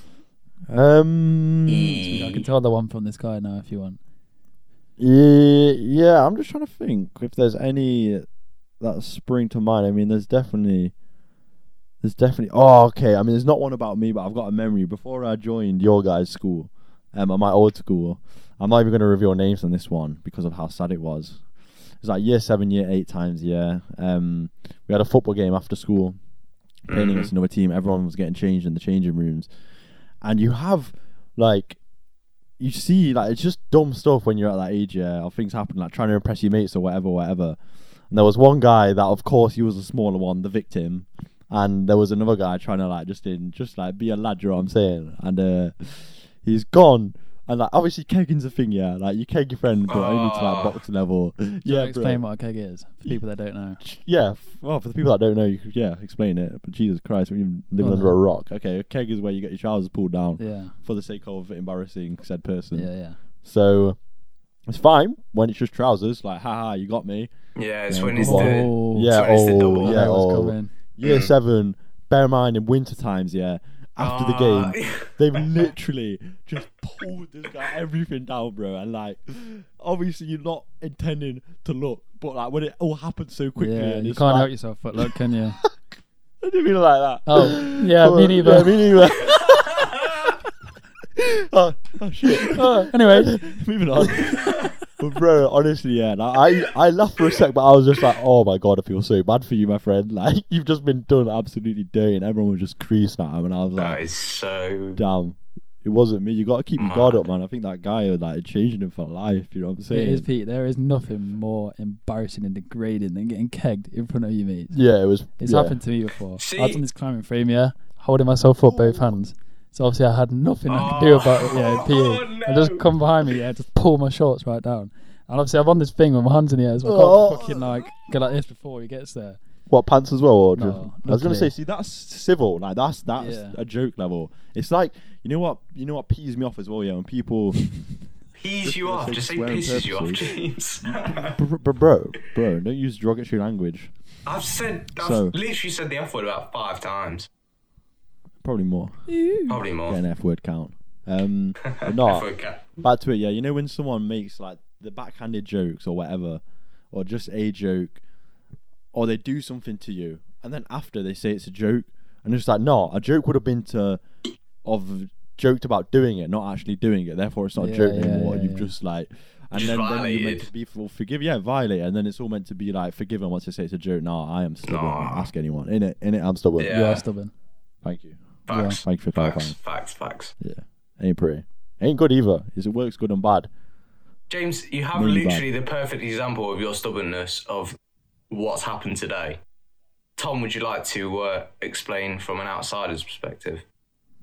[SPEAKER 3] Um.
[SPEAKER 1] I can tell the one from this guy now if you want.
[SPEAKER 3] Yeah, yeah, I'm just trying to think if there's any that spring to mind. I mean, there's definitely, there's definitely. Oh, okay. I mean, there's not one about me, but I've got a memory. Before I joined your guys' school, um, at my old school, I'm not even going to reveal names on this one because of how sad it was. It was like year seven, year eight times. Yeah, um, we had a football game after school, playing
[SPEAKER 2] Mhm.
[SPEAKER 3] against another team. Everyone was getting changed in the changing rooms, and you have like you see like it's just dumb stuff when you're at that age yeah or things happen like trying to impress your mates or whatever whatever and there was one guy that of course he was the smaller one the victim and there was another guy trying to like just in just like be a lad you know what i'm saying and uh he's gone and like obviously kegging's a thing yeah like you keg your friend but only to like
[SPEAKER 2] Ah.
[SPEAKER 3] boxing level
[SPEAKER 1] Do you
[SPEAKER 3] yeah
[SPEAKER 1] wanna
[SPEAKER 3] bro.
[SPEAKER 1] explain what a keg is for people that don't know.
[SPEAKER 3] yeah f- well for the people that don't know you could yeah explain it but jesus christ we're even living
[SPEAKER 1] Oh.
[SPEAKER 3] under a rock okay a keg is where you get your trousers pulled down
[SPEAKER 1] Yeah.
[SPEAKER 3] for the sake of embarrassing said person
[SPEAKER 1] Yeah, yeah.
[SPEAKER 3] so it's fine when it's just trousers, like, haha, you got me.
[SPEAKER 2] Yeah, it's
[SPEAKER 3] Yeah,
[SPEAKER 2] when it's
[SPEAKER 3] come
[SPEAKER 2] the.
[SPEAKER 1] Oh,
[SPEAKER 3] yeah,
[SPEAKER 2] so it's the
[SPEAKER 3] oh,
[SPEAKER 2] double.
[SPEAKER 1] I
[SPEAKER 3] yeah,
[SPEAKER 1] know what's
[SPEAKER 3] oh.
[SPEAKER 1] coming.
[SPEAKER 3] Year
[SPEAKER 2] Mm.
[SPEAKER 3] seven, bear in mind in winter times, yeah,
[SPEAKER 1] Oh.
[SPEAKER 3] after the
[SPEAKER 1] Ah.
[SPEAKER 3] game,
[SPEAKER 2] Ah,
[SPEAKER 3] they've literally just pulled this guy everything down, bro. And like, obviously, you're not intending to look, but like, when it all happens so quickly,
[SPEAKER 1] yeah,
[SPEAKER 3] and
[SPEAKER 1] you
[SPEAKER 3] it's
[SPEAKER 1] can't help
[SPEAKER 3] like,
[SPEAKER 1] yourself, but look, can you?
[SPEAKER 3] I didn't mean it like that.
[SPEAKER 1] Oh, yeah,
[SPEAKER 3] Come
[SPEAKER 1] me
[SPEAKER 3] on,
[SPEAKER 1] neither.
[SPEAKER 3] Yeah, me neither. oh, oh, shit.
[SPEAKER 1] Oh, anyway,
[SPEAKER 3] Moving on. but bro, honestly, yeah, like, I I laughed for a sec, but I was just like, oh my god, I feel so bad for you, my friend. Like you've just been done absolutely dirty, and everyone was just creasing at him, and I was
[SPEAKER 2] That
[SPEAKER 3] like,
[SPEAKER 2] is so.
[SPEAKER 3] damn, it wasn't me. You got to keep your guard up, man. I think that guy was like changing him for life. You know what I'm
[SPEAKER 1] it is,
[SPEAKER 3] saying?
[SPEAKER 1] Pete. There is nothing more embarrassing and degrading than getting kegged in front of your mates.
[SPEAKER 3] yeah, it was.
[SPEAKER 1] It's
[SPEAKER 3] yeah.
[SPEAKER 1] happened to me before. I was
[SPEAKER 2] See-
[SPEAKER 1] on this climbing frame, yeah, holding myself up both hands. So obviously I had nothing I could do about it, yeah, in PE.
[SPEAKER 2] Oh,
[SPEAKER 1] I just
[SPEAKER 2] no.
[SPEAKER 1] come behind me, yeah, just pull my shorts right down. And obviously I'm on this thing with my hands in the air, so I can't
[SPEAKER 3] Oh.
[SPEAKER 1] fucking like go like this before he gets there.
[SPEAKER 3] What pants as well? Or
[SPEAKER 1] No,
[SPEAKER 3] just- I was gonna say,
[SPEAKER 1] luckily.
[SPEAKER 3] see, that's civil. Like that's that's
[SPEAKER 1] Yeah.
[SPEAKER 3] a joke level. It's like you know what you know what pees me off as well. Yeah, when people.
[SPEAKER 2] Pees
[SPEAKER 3] Just
[SPEAKER 2] you
[SPEAKER 3] for the
[SPEAKER 2] off.
[SPEAKER 3] sake
[SPEAKER 2] Just say
[SPEAKER 3] of swearing
[SPEAKER 2] pisses you off,
[SPEAKER 3] purposes.
[SPEAKER 2] James.
[SPEAKER 3] Bro, bro, bro, bro, don't use derogatory language.
[SPEAKER 2] I've said. I've
[SPEAKER 3] So-
[SPEAKER 2] literally said the F word about five times.
[SPEAKER 3] Probably more.
[SPEAKER 2] Probably more.
[SPEAKER 3] Get an F word count. Um, but not
[SPEAKER 2] Okay.
[SPEAKER 3] back to it. Yeah, you know when someone makes like the backhanded jokes or whatever, or just a joke, or they do something to you, and then after they say it's a joke, and it's like no, a joke would have been to of joked about doing it, not actually doing it. Therefore, it's not a
[SPEAKER 1] Yeah,
[SPEAKER 3] joke
[SPEAKER 1] yeah,
[SPEAKER 3] anymore.
[SPEAKER 1] yeah,
[SPEAKER 3] You've
[SPEAKER 1] yeah.
[SPEAKER 3] just like. And
[SPEAKER 2] Just
[SPEAKER 3] then, then you're meant
[SPEAKER 2] violated.
[SPEAKER 3] to be for forgive, yeah, violate, and then it's all meant to be like forgiven once they say it's a joke. No, I am stubborn.
[SPEAKER 2] Nah.
[SPEAKER 3] Ask anyone in it, in it, I'm stubborn.
[SPEAKER 1] You
[SPEAKER 2] Yeah.
[SPEAKER 1] are stubborn.
[SPEAKER 3] Thank you,
[SPEAKER 2] Facts.
[SPEAKER 3] thank you for
[SPEAKER 2] Facts.
[SPEAKER 3] clarifying.
[SPEAKER 2] Facts. Facts.
[SPEAKER 3] Yeah, ain't pretty, ain't good either. Is it works good and bad?
[SPEAKER 2] James, you have
[SPEAKER 3] Really
[SPEAKER 2] literally the perfect example of your stubbornness of what's happened today. Tom, would you like to uh, explain from an outsider's perspective?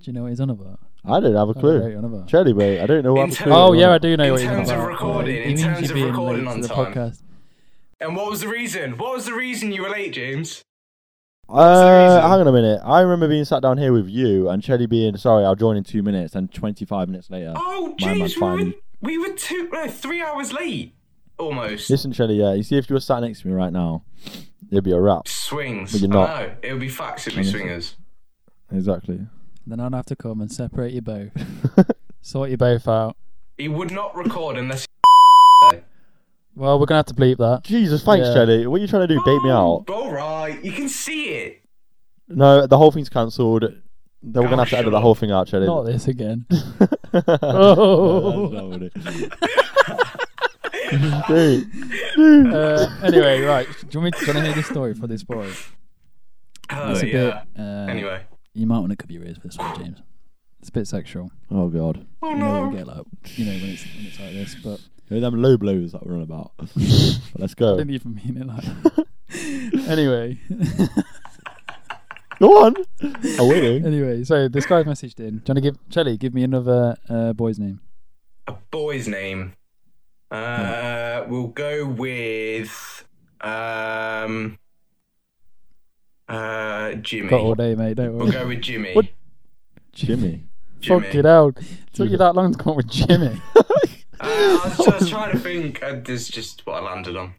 [SPEAKER 1] Do you know what he's on about?
[SPEAKER 3] I don't have a
[SPEAKER 1] I
[SPEAKER 3] clue.
[SPEAKER 1] don't know what Oh, you're on about.
[SPEAKER 3] Charlie, mate, I don't know what
[SPEAKER 2] In
[SPEAKER 3] I'm
[SPEAKER 2] terms-
[SPEAKER 1] Oh yeah, I do know
[SPEAKER 2] In
[SPEAKER 1] what he's on
[SPEAKER 2] terms of
[SPEAKER 1] about.
[SPEAKER 2] recording,
[SPEAKER 1] Yeah,
[SPEAKER 2] in
[SPEAKER 1] he means
[SPEAKER 2] terms
[SPEAKER 1] you're
[SPEAKER 2] of
[SPEAKER 1] being
[SPEAKER 2] recording
[SPEAKER 1] late
[SPEAKER 2] on
[SPEAKER 1] to the
[SPEAKER 2] time.
[SPEAKER 1] podcast.
[SPEAKER 2] And what was the reason? What was the reason you were late, James?
[SPEAKER 3] Uh,
[SPEAKER 2] reason.
[SPEAKER 3] hang on a minute. I remember being sat down here with you and Chelly being sorry. I'll join in two minutes, and 25 minutes later.
[SPEAKER 2] Oh,
[SPEAKER 3] Uh, My man
[SPEAKER 2] James, we were,
[SPEAKER 3] finally-
[SPEAKER 2] we were two, no, three hours late almost.
[SPEAKER 3] Listen, Chelly, yeah, you see if you were sat next to me right now, it'd be a wrap.
[SPEAKER 2] Swings.
[SPEAKER 3] But you're not.
[SPEAKER 2] I know. It would be facts. It would be
[SPEAKER 3] Honestly.
[SPEAKER 2] swingers.
[SPEAKER 3] Exactly.
[SPEAKER 1] Then I'd have to come and separate you both, sort you both out.
[SPEAKER 2] He would not record unless.
[SPEAKER 1] Well, we're gonna have to bleep that.
[SPEAKER 3] Jesus, thanks,
[SPEAKER 1] Yeah.
[SPEAKER 3] Chelly. What are you trying to do? Bait me out?
[SPEAKER 2] All right, you can see it.
[SPEAKER 3] No, the whole thing's cancelled. Then we're
[SPEAKER 2] Oh,
[SPEAKER 3] gonna have to edit
[SPEAKER 2] shut
[SPEAKER 3] the
[SPEAKER 2] up.
[SPEAKER 3] whole thing out, Chelly.
[SPEAKER 1] Not this again.
[SPEAKER 3] No, that's
[SPEAKER 1] oh.
[SPEAKER 3] not what it- Dude, dude.
[SPEAKER 1] uh, anyway, right. Do you want me to, do you want to hear this story for this boy?
[SPEAKER 2] Oh
[SPEAKER 1] It's a
[SPEAKER 2] yeah.
[SPEAKER 1] bit. Uh,
[SPEAKER 2] Anyway.
[SPEAKER 1] you might want to cover your ears for this one, James. It's a bit sexual.
[SPEAKER 3] Oh god.
[SPEAKER 2] Oh
[SPEAKER 1] You know, we
[SPEAKER 2] no.
[SPEAKER 1] get like, you know, when it's when it's like this, but
[SPEAKER 3] You know them low blows that we're on about. Let's
[SPEAKER 1] I
[SPEAKER 3] go.
[SPEAKER 1] didn't even mean it like. that. Oh. anyway,
[SPEAKER 3] Go on. I'm waiting.
[SPEAKER 1] anyway. So this guy's messaged in. Do you want to give Shelly? Give me another uh, boy's name.
[SPEAKER 2] A boy's name.
[SPEAKER 1] Hmm.
[SPEAKER 2] Uh, we'll go with um. Uh, Jimmy.
[SPEAKER 1] Got all day, mate. Don't
[SPEAKER 2] We'll
[SPEAKER 1] worry.
[SPEAKER 2] go with Jimmy.
[SPEAKER 1] What?
[SPEAKER 3] Jimmy.
[SPEAKER 2] Jimmy.
[SPEAKER 1] Fuck it out. Took you that long to come up with Jimmy.
[SPEAKER 2] Uh, I, was, I was trying to think. Uh, this is just what I landed on.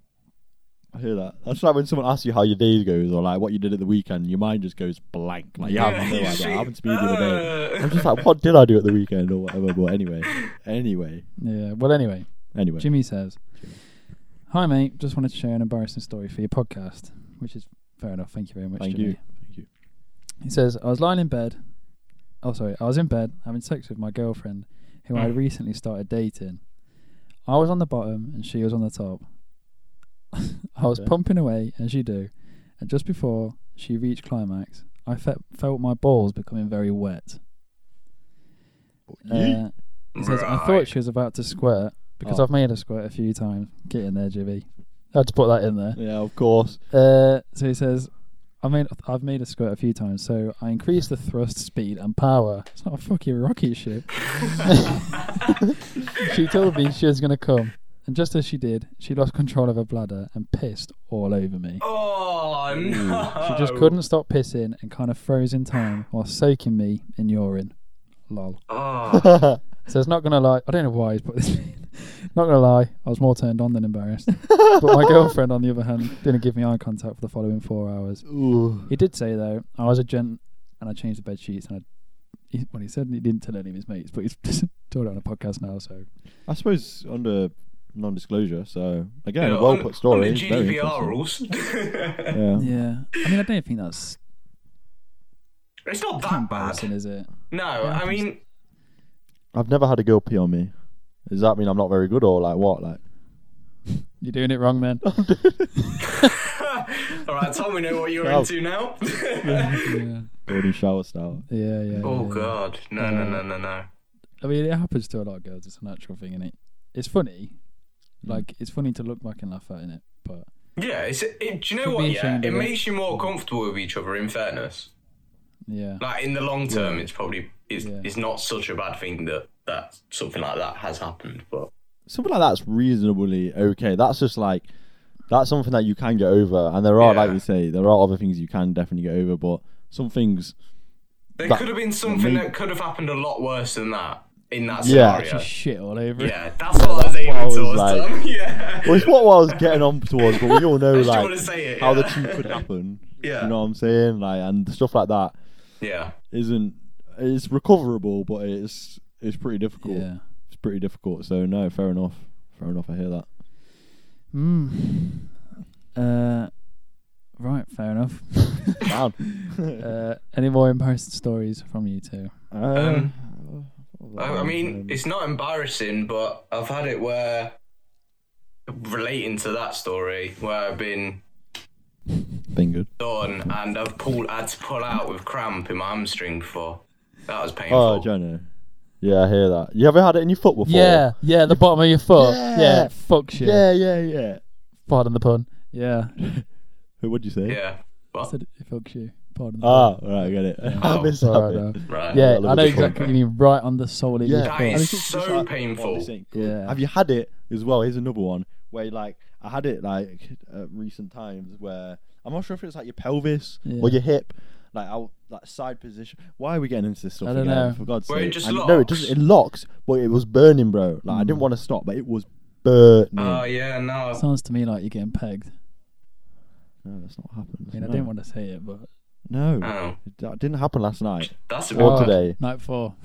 [SPEAKER 3] I hear that. That's like when someone asks you how your day goes or like what you did at the weekend, your mind just goes blank. Like you have no
[SPEAKER 2] you
[SPEAKER 3] idea.
[SPEAKER 2] see-
[SPEAKER 3] It happened to me the other day.
[SPEAKER 2] Uh,
[SPEAKER 3] I'm just like, what did I do at the weekend or whatever? But anyway, anyway,
[SPEAKER 1] yeah. Well, anyway,
[SPEAKER 3] anyway.
[SPEAKER 1] Jimmy says, "Hi, mate. Just wanted to share an embarrassing story for your podcast, which is fair enough. Thank you very much,
[SPEAKER 3] Thank
[SPEAKER 1] Jimmy.
[SPEAKER 3] you. Thank you.
[SPEAKER 1] He says, I was lying in bed. Oh, sorry. I was in bed having sex with my girlfriend, who
[SPEAKER 2] Mm.
[SPEAKER 1] I had recently started dating. I was on the bottom and she was on the top. I was
[SPEAKER 3] Okay.
[SPEAKER 1] pumping away, as you do, and just before she reached climax, I fe- felt my balls becoming very wet.
[SPEAKER 3] Yeet.
[SPEAKER 1] Uh, he says, I
[SPEAKER 2] right.
[SPEAKER 1] thought she was about to squirt because
[SPEAKER 3] Oh.
[SPEAKER 1] I've made her squirt a few times. Get in there, Jimmy. I had to put that in there.
[SPEAKER 3] yeah, of course.
[SPEAKER 1] Uh, so he says, I made, I've made a squirt a few times, so I increased the thrust, speed, and power. It's not a fucking rocket ship. she told me she was going to come, and just as she did, she lost control of her bladder and pissed all over me.
[SPEAKER 2] Oh no!
[SPEAKER 1] She just couldn't stop pissing and kind of froze in time while soaking me in urine. Lol.
[SPEAKER 2] Oh,
[SPEAKER 1] So it's not going to lie, I don't know why he's put this in. Not going to lie, I was more turned on than embarrassed. but my girlfriend, on the other hand, didn't give me eye contact for the following four hours.
[SPEAKER 3] Ooh.
[SPEAKER 1] He did say though, I was a gent and I changed the bed sheets and I. He, well, he said he didn't tell any of his mates, but he's told it on a podcast now. So
[SPEAKER 3] I suppose under non-disclosure, so
[SPEAKER 2] you
[SPEAKER 3] again,
[SPEAKER 2] know,
[SPEAKER 3] a well
[SPEAKER 2] on-
[SPEAKER 3] put story.
[SPEAKER 2] on the
[SPEAKER 3] very
[SPEAKER 2] GDPR
[SPEAKER 3] interesting.
[SPEAKER 2] rules.
[SPEAKER 3] Yeah.
[SPEAKER 1] yeah, I mean, I don't think that's
[SPEAKER 2] it's not
[SPEAKER 1] that
[SPEAKER 2] that
[SPEAKER 1] embarrassing,
[SPEAKER 2] bad.
[SPEAKER 1] is it?
[SPEAKER 2] No,
[SPEAKER 1] Yeah,
[SPEAKER 2] I mean,
[SPEAKER 3] I've never had a girl pee on me. Does that mean I'm not very good or like what? Like
[SPEAKER 1] You're doing it wrong, man.
[SPEAKER 2] all right, Tom, we know what you're
[SPEAKER 3] No.
[SPEAKER 2] into now.
[SPEAKER 1] yeah,
[SPEAKER 3] golden shower style.
[SPEAKER 1] yeah, yeah.
[SPEAKER 2] oh
[SPEAKER 1] yeah.
[SPEAKER 2] God, no, no, no, no, no.
[SPEAKER 1] I mean, it happens to a lot of girls. It's a natural thing, innit? It's funny.
[SPEAKER 2] Mm.
[SPEAKER 1] Like, it's funny to look back and laugh at, innit? But
[SPEAKER 2] Yeah, it's, it, do you know
[SPEAKER 1] Should
[SPEAKER 2] what?
[SPEAKER 1] be
[SPEAKER 2] Yeah,
[SPEAKER 1] ashamed
[SPEAKER 2] it
[SPEAKER 1] of it.
[SPEAKER 2] makes you more comfortable with each other. In fairness,
[SPEAKER 1] yeah,
[SPEAKER 2] like in the long term, it's probably it's,
[SPEAKER 1] Yeah.
[SPEAKER 2] it's not such a bad thing that that something like that has happened. But
[SPEAKER 3] Something like that's reasonably okay. That's just like that's something that you can get over, and there are, like
[SPEAKER 2] Yeah.
[SPEAKER 3] you say, there are other things you can definitely get over, but some things
[SPEAKER 2] there
[SPEAKER 3] That-
[SPEAKER 2] could have been something
[SPEAKER 3] may-
[SPEAKER 2] that could have happened a lot worse than that in that
[SPEAKER 3] Yeah.
[SPEAKER 2] scenario.
[SPEAKER 1] just shit all over. it.
[SPEAKER 2] Yeah, that's what I was aiming
[SPEAKER 3] what I was
[SPEAKER 2] towards,
[SPEAKER 3] like-
[SPEAKER 2] Tom. Yeah.
[SPEAKER 3] Well, it's what I was getting on towards, but we all know
[SPEAKER 2] just don't
[SPEAKER 3] like
[SPEAKER 2] wanna say it,
[SPEAKER 3] how the
[SPEAKER 2] yeah.
[SPEAKER 3] two could happen.
[SPEAKER 2] Yeah.
[SPEAKER 3] you know what I'm saying, like and stuff like that
[SPEAKER 2] yeah.
[SPEAKER 3] isn't it's recoverable, but it's it's pretty difficult.
[SPEAKER 1] Yeah.
[SPEAKER 3] It's pretty difficult. So no, fair enough, fair enough. I hear that. Hmm.
[SPEAKER 1] Mm. Uh, right. Fair enough.
[SPEAKER 3] Man.
[SPEAKER 1] uh, any more embarrassing stories from you two?
[SPEAKER 3] Um,
[SPEAKER 2] I, I mean, it's not embarrassing, but I've had it where, relating to that story, where I've been
[SPEAKER 3] been good.
[SPEAKER 2] done and I've pulled, had to pull out with cramp in my hamstring before. That was painful.
[SPEAKER 3] Oh, Jono. Yeah, I hear that. You ever had it in your foot before?
[SPEAKER 1] Yeah, yeah, the bottom of your foot.
[SPEAKER 3] Yeah.
[SPEAKER 1] Yeah, fuck shit.
[SPEAKER 3] Yeah, yeah, yeah.
[SPEAKER 1] Pardon the pun. Yeah.
[SPEAKER 3] Who would you say?
[SPEAKER 2] yeah. What?
[SPEAKER 1] said it fucks you. Pardon the
[SPEAKER 3] Ah, all right, I get it. I
[SPEAKER 2] Oh.
[SPEAKER 3] missed
[SPEAKER 1] pun.
[SPEAKER 3] that.
[SPEAKER 1] Alright,
[SPEAKER 3] bit.
[SPEAKER 1] no.
[SPEAKER 2] Right.
[SPEAKER 1] Oh, Yeah,
[SPEAKER 3] that
[SPEAKER 1] I know
[SPEAKER 3] looks fun.
[SPEAKER 1] exactly what you mean. Right on the sole of your
[SPEAKER 3] Yeah.
[SPEAKER 1] foot.
[SPEAKER 2] That is
[SPEAKER 3] And it's just
[SPEAKER 2] so
[SPEAKER 3] like, oh,
[SPEAKER 2] painful.
[SPEAKER 3] this ain't good.
[SPEAKER 1] Yeah.
[SPEAKER 3] Have you had it as well? Here's another one where like I had it like at recent times where I'm not sure if it was like your pelvis or
[SPEAKER 1] Yeah.
[SPEAKER 3] your hip, like out that side position. Why are we getting into this stuff?
[SPEAKER 1] I don't
[SPEAKER 3] again?
[SPEAKER 1] know.
[SPEAKER 3] For God's
[SPEAKER 2] Where
[SPEAKER 3] sake.
[SPEAKER 2] it just
[SPEAKER 3] And No, it
[SPEAKER 2] locks.
[SPEAKER 3] just it locks, but it was burning, bro. Like I
[SPEAKER 1] Mm.
[SPEAKER 3] didn't want to stop, but it was burning.
[SPEAKER 2] Oh, yeah, no.
[SPEAKER 1] Sounds to me like you're getting pegged.
[SPEAKER 3] no, that's not happened.
[SPEAKER 1] I mean, I didn't want to say it, but
[SPEAKER 3] No,
[SPEAKER 2] Oh,
[SPEAKER 3] that didn't happen last night.
[SPEAKER 2] that's a bit.
[SPEAKER 3] Or
[SPEAKER 1] Oh.
[SPEAKER 3] today.
[SPEAKER 1] night four.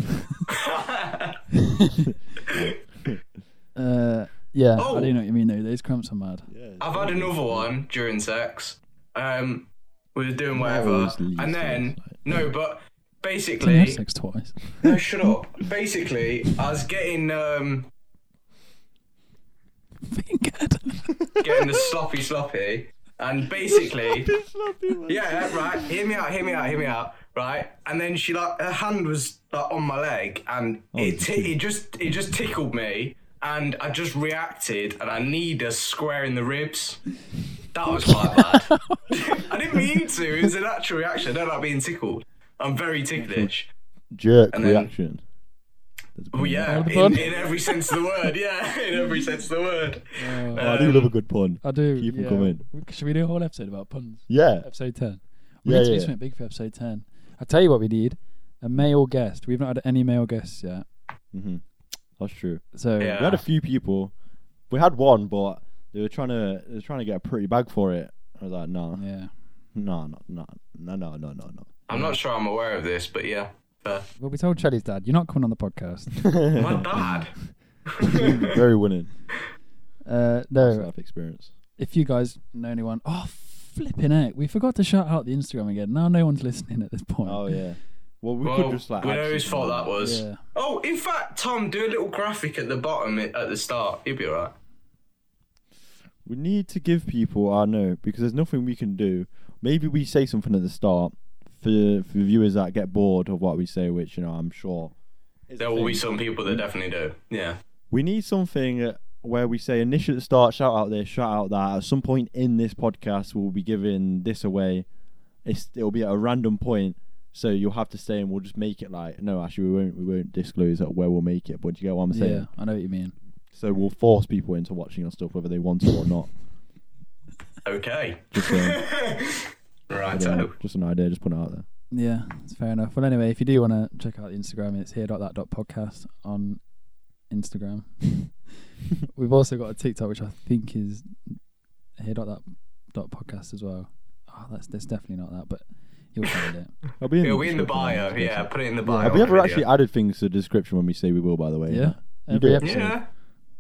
[SPEAKER 1] uh, yeah, I do know what you mean though. Those cramps are mad.
[SPEAKER 2] I've had another one during sex. Um, we were doing whatever,
[SPEAKER 3] always leads to
[SPEAKER 2] and then
[SPEAKER 3] this,
[SPEAKER 2] no, but
[SPEAKER 1] Didn't have
[SPEAKER 2] basically,
[SPEAKER 1] sex twice.
[SPEAKER 2] no, shut up. Basically, I was getting um,
[SPEAKER 1] Fingered.
[SPEAKER 2] getting the sloppy, sloppy, and basically, yeah, yeah, right. Hear me out. Hear me out. Hear me out. Right, and then she like her hand was like on my leg, and
[SPEAKER 3] Oh,
[SPEAKER 2] it t- it just it just tickled me, and I just reacted, and I need a square in the ribs. That was quite bad. I didn't mean to. It was a natural reaction. I don't like being tickled. I'm very ticklish.
[SPEAKER 3] Jerk
[SPEAKER 2] And then-
[SPEAKER 3] reaction. There's a
[SPEAKER 2] Well,
[SPEAKER 3] pun.
[SPEAKER 2] yeah,
[SPEAKER 1] Hold the
[SPEAKER 2] in,
[SPEAKER 1] bun.
[SPEAKER 2] in every sense of the word. Yeah, in every sense of the word.
[SPEAKER 3] Oh,
[SPEAKER 2] Um,
[SPEAKER 3] I do love a good pun.
[SPEAKER 1] I do.
[SPEAKER 3] Keep them
[SPEAKER 1] yeah.
[SPEAKER 3] coming.
[SPEAKER 1] Should we do a whole episode about puns?
[SPEAKER 3] Yeah.
[SPEAKER 1] Episode ten. We
[SPEAKER 3] Yeah,
[SPEAKER 1] need to do
[SPEAKER 3] yeah.
[SPEAKER 1] something big for episode 10. I'll tell you what we need a male guest. We've not had any male guests yet.
[SPEAKER 3] hmm That's true.
[SPEAKER 1] So,
[SPEAKER 2] Yeah.
[SPEAKER 3] We had a few people. We had one, but they were trying to they were trying to get a pretty bag for it. I was like, no,
[SPEAKER 1] yeah.
[SPEAKER 3] no, no, no, no, no, no, no,
[SPEAKER 2] I'm not sure I'm aware of this, but yeah. fair.
[SPEAKER 1] Well, we told Charlie's dad, you're not coming on the podcast.
[SPEAKER 3] no.
[SPEAKER 2] My dad.
[SPEAKER 3] Very winning.
[SPEAKER 1] Uh,
[SPEAKER 3] First
[SPEAKER 1] no,
[SPEAKER 3] life experience.
[SPEAKER 1] if you guys know anyone. Oh, flipping heck. We forgot to shout out the Instagram again. Now no one's listening at this point.
[SPEAKER 3] Oh yeah. Well, we
[SPEAKER 2] well,
[SPEAKER 3] could just like.
[SPEAKER 2] we
[SPEAKER 3] add
[SPEAKER 2] know whose
[SPEAKER 3] something
[SPEAKER 2] fault that
[SPEAKER 3] on.
[SPEAKER 2] was.
[SPEAKER 1] Yeah.
[SPEAKER 2] Oh, in fact, Tom, do a little graphic at the bottom i- at the start. You'll be alright.
[SPEAKER 3] We need to give people. I know because there's nothing we can do. Maybe we say something at the start for for viewers that get bored of what we say, which you know I'm sure. is a
[SPEAKER 2] There will be
[SPEAKER 3] thing.
[SPEAKER 2] some people that definitely do. Yeah.
[SPEAKER 3] We need something uh, where we say initially at the start, shout out this, shout out that. At some point in this podcast, we'll be giving this away. It's, it'll be at a random point, so you'll have to stay, and we'll just make it like no, actually, we won't. We won't disclose at where we'll make it. But do you get what I'm saying?
[SPEAKER 1] Yeah, I know what you mean.
[SPEAKER 3] So we'll force people into watching our stuff whether they want to or not.
[SPEAKER 2] Okay.
[SPEAKER 3] Just, um,
[SPEAKER 2] Right.
[SPEAKER 3] yeah, just an idea, just put it out there.
[SPEAKER 1] Yeah, it's fair enough. Well, anyway, if you do want to check out the Instagram, it's here.that.podcast on Instagram. We've also got a TikTok, which I think is here.that.podcast as well. Oh, that's, that's definitely not that, but you'll find it.
[SPEAKER 3] I'll be in
[SPEAKER 2] It'll be in the
[SPEAKER 3] description,
[SPEAKER 2] bio.
[SPEAKER 3] yeah.
[SPEAKER 2] Yeah, put it in the bio.
[SPEAKER 3] Have we ever
[SPEAKER 2] already,
[SPEAKER 3] actually
[SPEAKER 2] yeah.
[SPEAKER 3] added things to the description when we say we will? By the way,
[SPEAKER 1] Yeah.
[SPEAKER 3] You
[SPEAKER 1] Every
[SPEAKER 3] do.
[SPEAKER 1] episode.
[SPEAKER 2] Yeah.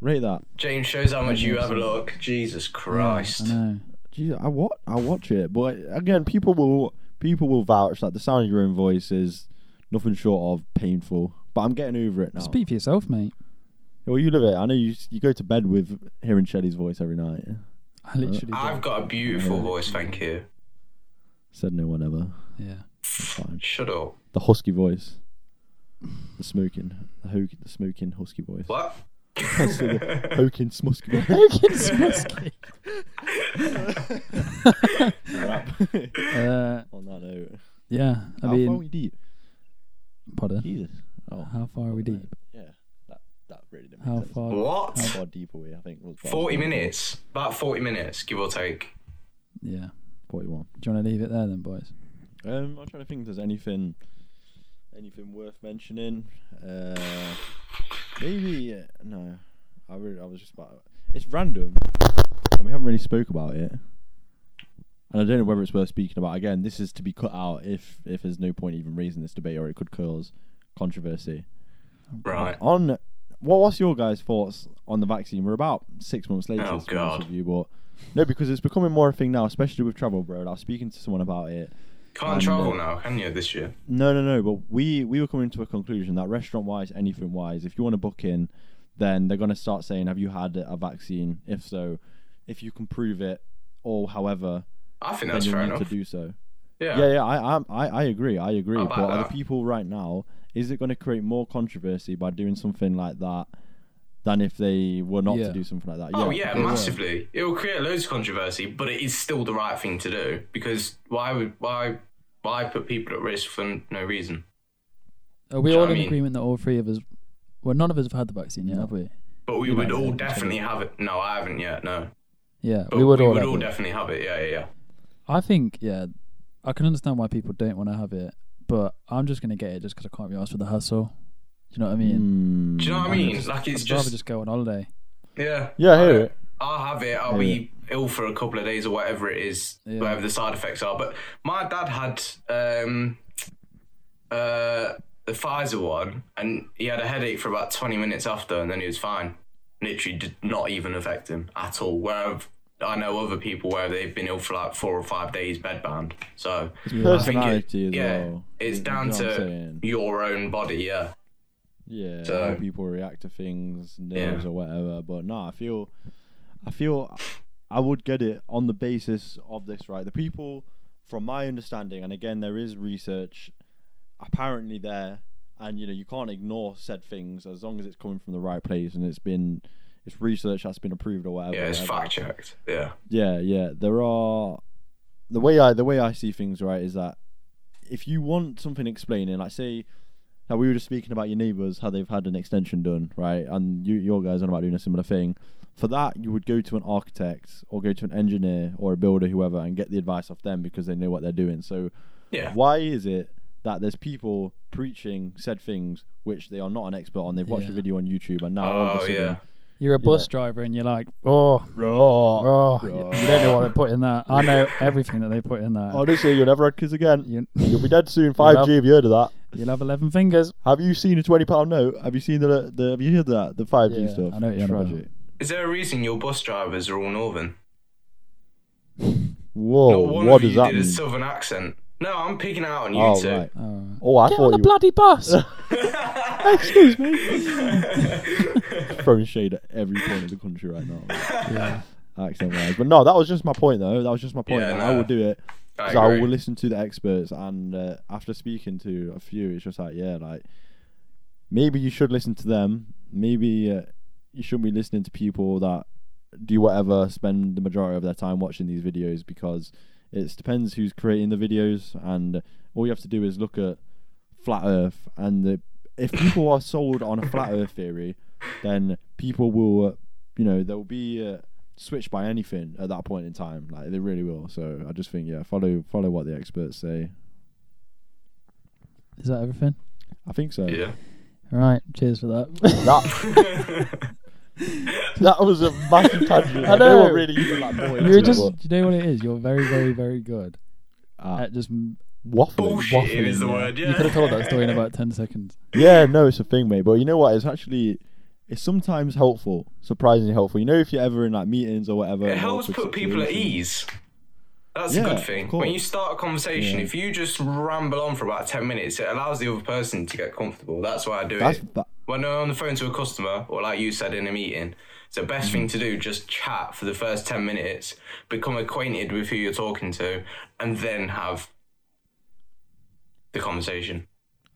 [SPEAKER 3] Rate that.
[SPEAKER 2] James shows how much you have a look. Jesus Christ.
[SPEAKER 1] I know.
[SPEAKER 3] Jeez, I watch, I watch it, but again, people will people will vouch that the sound of your own voice is nothing short of painful. But I'm getting over it now.
[SPEAKER 1] Speak for yourself, mate.
[SPEAKER 3] Well, you live it. I know you you go to bed with hearing Shelly's voice every night.
[SPEAKER 1] I literally
[SPEAKER 3] Uh,
[SPEAKER 2] I've got a beautiful voice, thank you.
[SPEAKER 3] Said no one ever.
[SPEAKER 1] do. Yeah.
[SPEAKER 3] Fine.
[SPEAKER 2] Shut up.
[SPEAKER 3] The husky voice, the smoking, the ho- the smoking husky voice.
[SPEAKER 2] What?
[SPEAKER 3] Hoking smusky.
[SPEAKER 1] Uh,
[SPEAKER 3] On that note,
[SPEAKER 1] yeah, I
[SPEAKER 3] how far
[SPEAKER 1] mean,
[SPEAKER 3] we deep?
[SPEAKER 1] pardon.
[SPEAKER 3] Jesus. Oh,
[SPEAKER 1] How far are we deep?
[SPEAKER 3] yeah. That that really didn't. Make
[SPEAKER 1] How
[SPEAKER 3] sense.
[SPEAKER 1] far?
[SPEAKER 3] How
[SPEAKER 2] What?
[SPEAKER 3] far deep are we? I think was what I was
[SPEAKER 2] 40
[SPEAKER 3] going for.
[SPEAKER 2] minutes. About 40 minutes, give or take.
[SPEAKER 1] Yeah.
[SPEAKER 3] Forty-one.
[SPEAKER 1] Do you want to leave it there then, boys?
[SPEAKER 3] Um, I'm trying to think. If there's anything, anything worth mentioning? Uh, maybe uh, no. I really, I was just about. It's random, and we haven't really spoke about it. And I don't know whether it's worth speaking about. Again, this is to be cut out if if there's no point even raising this debate, or it could cause controversy.
[SPEAKER 2] Right.
[SPEAKER 3] On what was your guys' thoughts on the vaccine? We're about six months later.
[SPEAKER 2] Oh,
[SPEAKER 3] to be
[SPEAKER 2] God.
[SPEAKER 3] honest with you, but no, because it's becoming more a thing now, especially with travel, bro. And I was speaking to someone about it.
[SPEAKER 2] Can't travel now, can you, this year?
[SPEAKER 3] No, no, no. But we we were coming to a conclusion that restaurant wise, anything wise, if you want to book in, then they're going to start saying, "Have you had a vaccine? If so, if you can prove it, or however,
[SPEAKER 2] I think
[SPEAKER 3] then
[SPEAKER 2] that's
[SPEAKER 3] you
[SPEAKER 2] fair
[SPEAKER 3] need
[SPEAKER 2] enough.
[SPEAKER 3] to do so."
[SPEAKER 2] yeah.
[SPEAKER 3] Yeah, yeah. I I'm- I I agree. I agree.
[SPEAKER 2] I
[SPEAKER 3] but
[SPEAKER 2] like
[SPEAKER 3] are the
[SPEAKER 2] that.
[SPEAKER 3] people right now, is it going to create more controversy by doing something like that than if they were not
[SPEAKER 1] Yeah.
[SPEAKER 3] to do something like that?
[SPEAKER 2] Oh yeah,
[SPEAKER 3] they were.
[SPEAKER 2] massively. It will create loads of controversy, but it is still the right thing to do because why would why why put people at risk for no reason?
[SPEAKER 1] Are Uh, we
[SPEAKER 2] Do you know
[SPEAKER 1] all
[SPEAKER 2] what
[SPEAKER 1] in
[SPEAKER 2] I mean?
[SPEAKER 1] agreement that all three of us? Well, none of us have had the vaccine yet, have we?
[SPEAKER 2] But we
[SPEAKER 1] You
[SPEAKER 2] would
[SPEAKER 1] know,
[SPEAKER 2] all
[SPEAKER 1] yeah,
[SPEAKER 2] definitely have it. No, I haven't yet. No,
[SPEAKER 1] Yeah,
[SPEAKER 2] but
[SPEAKER 1] we would all. have it.
[SPEAKER 2] definitely have it. Yeah, yeah, yeah.
[SPEAKER 1] I think, yeah, I can understand why people don't want to have it, but I'm just gonna get it just because I can't be asked with the hustle. Do you know what I mean?
[SPEAKER 3] Hmm.
[SPEAKER 2] Do you know what I mean? like it's
[SPEAKER 1] I'd rather
[SPEAKER 2] just,
[SPEAKER 1] just go on holiday.
[SPEAKER 2] yeah.
[SPEAKER 3] Yeah, I hear
[SPEAKER 2] I'll-
[SPEAKER 3] it.
[SPEAKER 2] I'll have it. I'll be ill for a couple of days or whatever it is,
[SPEAKER 1] Yeah.
[SPEAKER 2] whatever the side effects are. But my dad had um, uh, the Pfizer one, and he had a headache for about 20 minutes after, and then he was fine. Literally, did not even affect him at all. Where I've, I know other people where they've been ill for like four or five days bedbound. So I think it-
[SPEAKER 3] Personality as
[SPEAKER 2] yeah,
[SPEAKER 3] well.
[SPEAKER 2] it's
[SPEAKER 3] You know
[SPEAKER 2] down
[SPEAKER 3] what I'm
[SPEAKER 2] to
[SPEAKER 3] saying?
[SPEAKER 2] your own body. Yeah,
[SPEAKER 3] Yeah, how
[SPEAKER 2] So-
[SPEAKER 3] people react to things, nerves or whatever. But no, I feel, I feel, I would get it on the basis of this, right? The people, from my understanding, and again, there is research, apparently there, and you know, you can't ignore said things as long as it's coming from the right place and it's been, it's research that's been approved or whatever.
[SPEAKER 2] yeah, it's
[SPEAKER 3] whatever.
[SPEAKER 2] fact checked. Yeah,
[SPEAKER 3] Yeah, yeah. There are the way I the way I see things right is that if you want something explaining, like say how we were just speaking about your neighbours, how they've had an extension done, right? And you your guys on about doing a similar thing. For that, you would go to an architect or go to an engineer or a builder, whoever, and get the advice off them because they know what they're doing. So
[SPEAKER 2] Yeah.
[SPEAKER 3] why is it that there's people preaching said things which they are not an expert on? They've watched a
[SPEAKER 1] Yeah.
[SPEAKER 3] video on YouTube and now all of
[SPEAKER 2] Oh
[SPEAKER 3] a
[SPEAKER 2] yeah.
[SPEAKER 3] sudden,
[SPEAKER 1] You're a bus
[SPEAKER 3] Yeah.
[SPEAKER 1] driver and you're like, oh, oh, you don't know what they put in that. I know everything that they put in that.
[SPEAKER 3] honestly, you'll never have kids again.
[SPEAKER 1] You,
[SPEAKER 3] Oh, You'll be dead soon.
[SPEAKER 1] You'll have-
[SPEAKER 3] Five G. Have you heard of that?
[SPEAKER 1] you'll have 11 fingers.
[SPEAKER 3] Have you seen a twenty pound note? Have you seen the the? Have you heard that the five G
[SPEAKER 1] Yeah,
[SPEAKER 3] stuff?
[SPEAKER 1] I know what you're on about.
[SPEAKER 3] Tragic.
[SPEAKER 2] Is there a reason your bus drivers are all northern?
[SPEAKER 3] Whoa,
[SPEAKER 2] Not one
[SPEAKER 3] Oh, what
[SPEAKER 2] of
[SPEAKER 3] does
[SPEAKER 2] you
[SPEAKER 3] that
[SPEAKER 2] did a
[SPEAKER 3] mean?
[SPEAKER 2] southern accent. No, I'm picking out on you
[SPEAKER 3] Oh
[SPEAKER 2] two.
[SPEAKER 3] right.
[SPEAKER 1] Oh,
[SPEAKER 3] Oh, I thought you were
[SPEAKER 1] bloody bus.
[SPEAKER 3] Excuse me. Throwing shade at every point of the country right now,
[SPEAKER 1] yeah.
[SPEAKER 3] accent wise. But no, that was just my point though. That was just my point.
[SPEAKER 2] Yeah,
[SPEAKER 3] that I
[SPEAKER 2] no.
[SPEAKER 3] would do it
[SPEAKER 2] I
[SPEAKER 3] because I,
[SPEAKER 2] agree.
[SPEAKER 3] will listen to the experts. And uh, after speaking to a few, it's just like, yeah, like maybe you should listen to them. Maybe uh, you shouldn't be listening to people that do whatever, spend the majority of their time watching these videos because it depends who's creating the videos. And all you have to do is look at flat Earth, and the, if people are sold on a flat Earth theory, then people will, uh, you know, they'll be uh, switched by anything at that point in time. Like they really will. So I just think, yeah, follow follow what the experts say.
[SPEAKER 1] Is that everything?
[SPEAKER 3] I think so.
[SPEAKER 2] Yeah.
[SPEAKER 1] All right. Cheers for that.
[SPEAKER 3] That that was a massive tangent.
[SPEAKER 1] I know.
[SPEAKER 3] They were really using that point.
[SPEAKER 1] You're just, do you know what it is? You're very, very, very good
[SPEAKER 3] uh,
[SPEAKER 1] at just
[SPEAKER 3] waffling.
[SPEAKER 2] Bullshit
[SPEAKER 3] waffling,
[SPEAKER 2] is the
[SPEAKER 3] yeah.
[SPEAKER 2] word. Yeah.
[SPEAKER 1] You could have told that story in about 10 seconds.
[SPEAKER 3] Yeah, no, it's a thing, mate. But you know what? It's actually it's sometimes helpful, surprisingly helpful. You know, if you're ever in like meetings or whatever,
[SPEAKER 2] It
[SPEAKER 3] and
[SPEAKER 2] helps
[SPEAKER 3] awkward
[SPEAKER 2] put people at
[SPEAKER 3] situations.
[SPEAKER 2] ease. That's
[SPEAKER 3] Yeah,
[SPEAKER 2] a good
[SPEAKER 3] of
[SPEAKER 2] thing.
[SPEAKER 3] course.
[SPEAKER 2] When you start a conversation,
[SPEAKER 3] Yeah.
[SPEAKER 2] if you just ramble on for about 10 minutes, it allows the other person to get comfortable. That's why I do
[SPEAKER 3] That's
[SPEAKER 2] it.
[SPEAKER 3] that,
[SPEAKER 2] When I'm on the phone to a customer, or like you said in a meeting, it's the best thing to do. Just chat for the first 10 minutes, become acquainted with who you're talking to, and then have the conversation.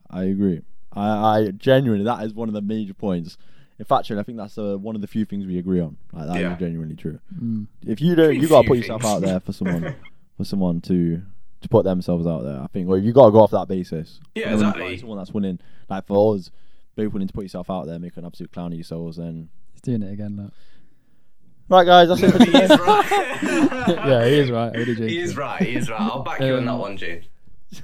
[SPEAKER 3] I agree. I, I genuinely that is one of the major points. In fact, actually, I think that's uh, one of the few things we agree on. Like that is
[SPEAKER 2] Yeah.
[SPEAKER 3] genuinely true.
[SPEAKER 1] Mm.
[SPEAKER 3] If you don't,
[SPEAKER 2] Pretty
[SPEAKER 3] you gotta
[SPEAKER 2] few
[SPEAKER 3] put yourself
[SPEAKER 2] things.
[SPEAKER 3] out there for someone, for someone to to put themselves out there. I think, or you gotta go off that basis.
[SPEAKER 2] Yeah,
[SPEAKER 3] And then when you
[SPEAKER 2] exactly.
[SPEAKER 3] find Someone that's willing, like for us, both willing to put yourself out there, make an absolute clown of yourselves. Then
[SPEAKER 1] He's doing it again, look.
[SPEAKER 3] right, guys, that's it for today.
[SPEAKER 1] yeah, he is right. ODJ.
[SPEAKER 2] He is right. He is right. I'll back you on that
[SPEAKER 1] Um,
[SPEAKER 2] one, Jim.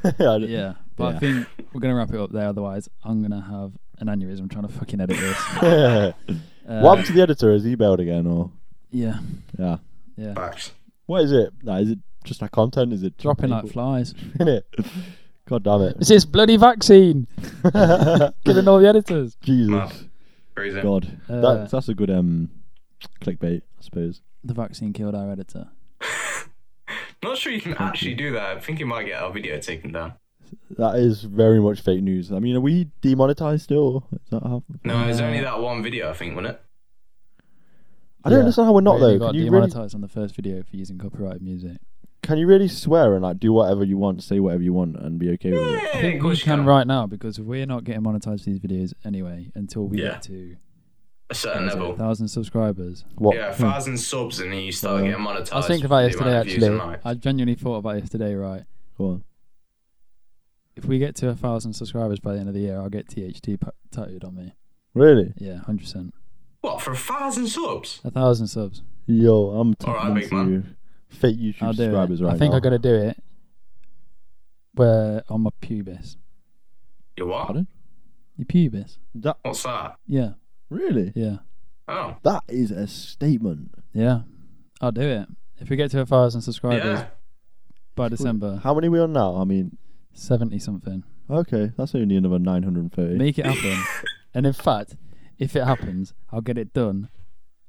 [SPEAKER 3] I d-
[SPEAKER 1] Yeah, but I
[SPEAKER 3] Yeah.
[SPEAKER 1] think we're going to wrap it up there. Otherwise, I'm going to have an aneurysm trying to fucking edit this. Uh,
[SPEAKER 3] what happened to the editor? Has he bailed again, or
[SPEAKER 1] Yeah,
[SPEAKER 3] yeah?
[SPEAKER 1] yeah.
[SPEAKER 2] Facts.
[SPEAKER 3] What is it? Like, is it just our content? Is it
[SPEAKER 1] Dropping like
[SPEAKER 3] people
[SPEAKER 1] flies.
[SPEAKER 3] in it? God damn it!
[SPEAKER 1] It's this bloody vaccine killing all the editors.
[SPEAKER 3] Jesus.
[SPEAKER 2] Mad. Crazy.
[SPEAKER 3] God.
[SPEAKER 1] Uh,
[SPEAKER 3] that's, that's a good um clickbait, I suppose.
[SPEAKER 1] The vaccine killed our editor.
[SPEAKER 2] Not sure you can actually do that. I think you might get our video taken down.
[SPEAKER 3] That is very much fake news. I mean, are we demonetized still? Is that how?
[SPEAKER 2] No,
[SPEAKER 1] Uh,
[SPEAKER 2] it's only that one video, I think, wasn't it?
[SPEAKER 3] I don't
[SPEAKER 1] Yeah.
[SPEAKER 3] understand how we're not
[SPEAKER 1] really
[SPEAKER 3] though.
[SPEAKER 1] Got
[SPEAKER 3] Can you really,
[SPEAKER 1] demonetized on the first video for using copyrighted music.
[SPEAKER 3] can you really swear and like do whatever you want, say whatever you want, and be okay with it?
[SPEAKER 1] I
[SPEAKER 2] of
[SPEAKER 1] think we
[SPEAKER 2] course you
[SPEAKER 1] can right now because we're not getting monetized for these videos anyway until we
[SPEAKER 2] Yeah.
[SPEAKER 1] get to
[SPEAKER 2] A certain
[SPEAKER 1] what is it,
[SPEAKER 2] level.
[SPEAKER 1] thousand subscribers.
[SPEAKER 3] What?
[SPEAKER 2] Yeah, a thousand subs and then you start
[SPEAKER 3] Yeah.
[SPEAKER 2] getting monetized.
[SPEAKER 1] Hmm. I was thinking about it
[SPEAKER 2] for
[SPEAKER 1] yesterday
[SPEAKER 2] the amount of views and
[SPEAKER 1] actually.
[SPEAKER 2] likes.
[SPEAKER 1] I genuinely thought about it yesterday, right?
[SPEAKER 3] Go on.
[SPEAKER 1] If we get to a thousand subscribers by the end of the year, I'll get THT pa- tattooed on me.
[SPEAKER 3] Really?
[SPEAKER 1] Yeah, hundred percent.
[SPEAKER 2] What, for a thousand subs?
[SPEAKER 1] A thousand subs.
[SPEAKER 3] Yo, I'm tapping
[SPEAKER 2] Alright, big
[SPEAKER 3] into fake YouTube
[SPEAKER 1] I'll do
[SPEAKER 3] subscribers
[SPEAKER 1] it.
[SPEAKER 3] right
[SPEAKER 1] I think
[SPEAKER 3] now.
[SPEAKER 1] I'm gonna do it. Where on my pubis?
[SPEAKER 2] You what?
[SPEAKER 3] Pardon?
[SPEAKER 1] Your pubis?
[SPEAKER 3] That
[SPEAKER 2] What's that?
[SPEAKER 1] Yeah,
[SPEAKER 3] really?
[SPEAKER 1] yeah,
[SPEAKER 2] Oh,
[SPEAKER 3] That is a statement.
[SPEAKER 1] yeah. I'll do it if we get to a thousand subscribers
[SPEAKER 2] yeah.
[SPEAKER 1] by December.
[SPEAKER 3] How many are we on now? I mean,
[SPEAKER 1] Seventy something.
[SPEAKER 3] okay, that's only another 930.
[SPEAKER 1] Make it happen. and in fact, if it happens, I'll get it done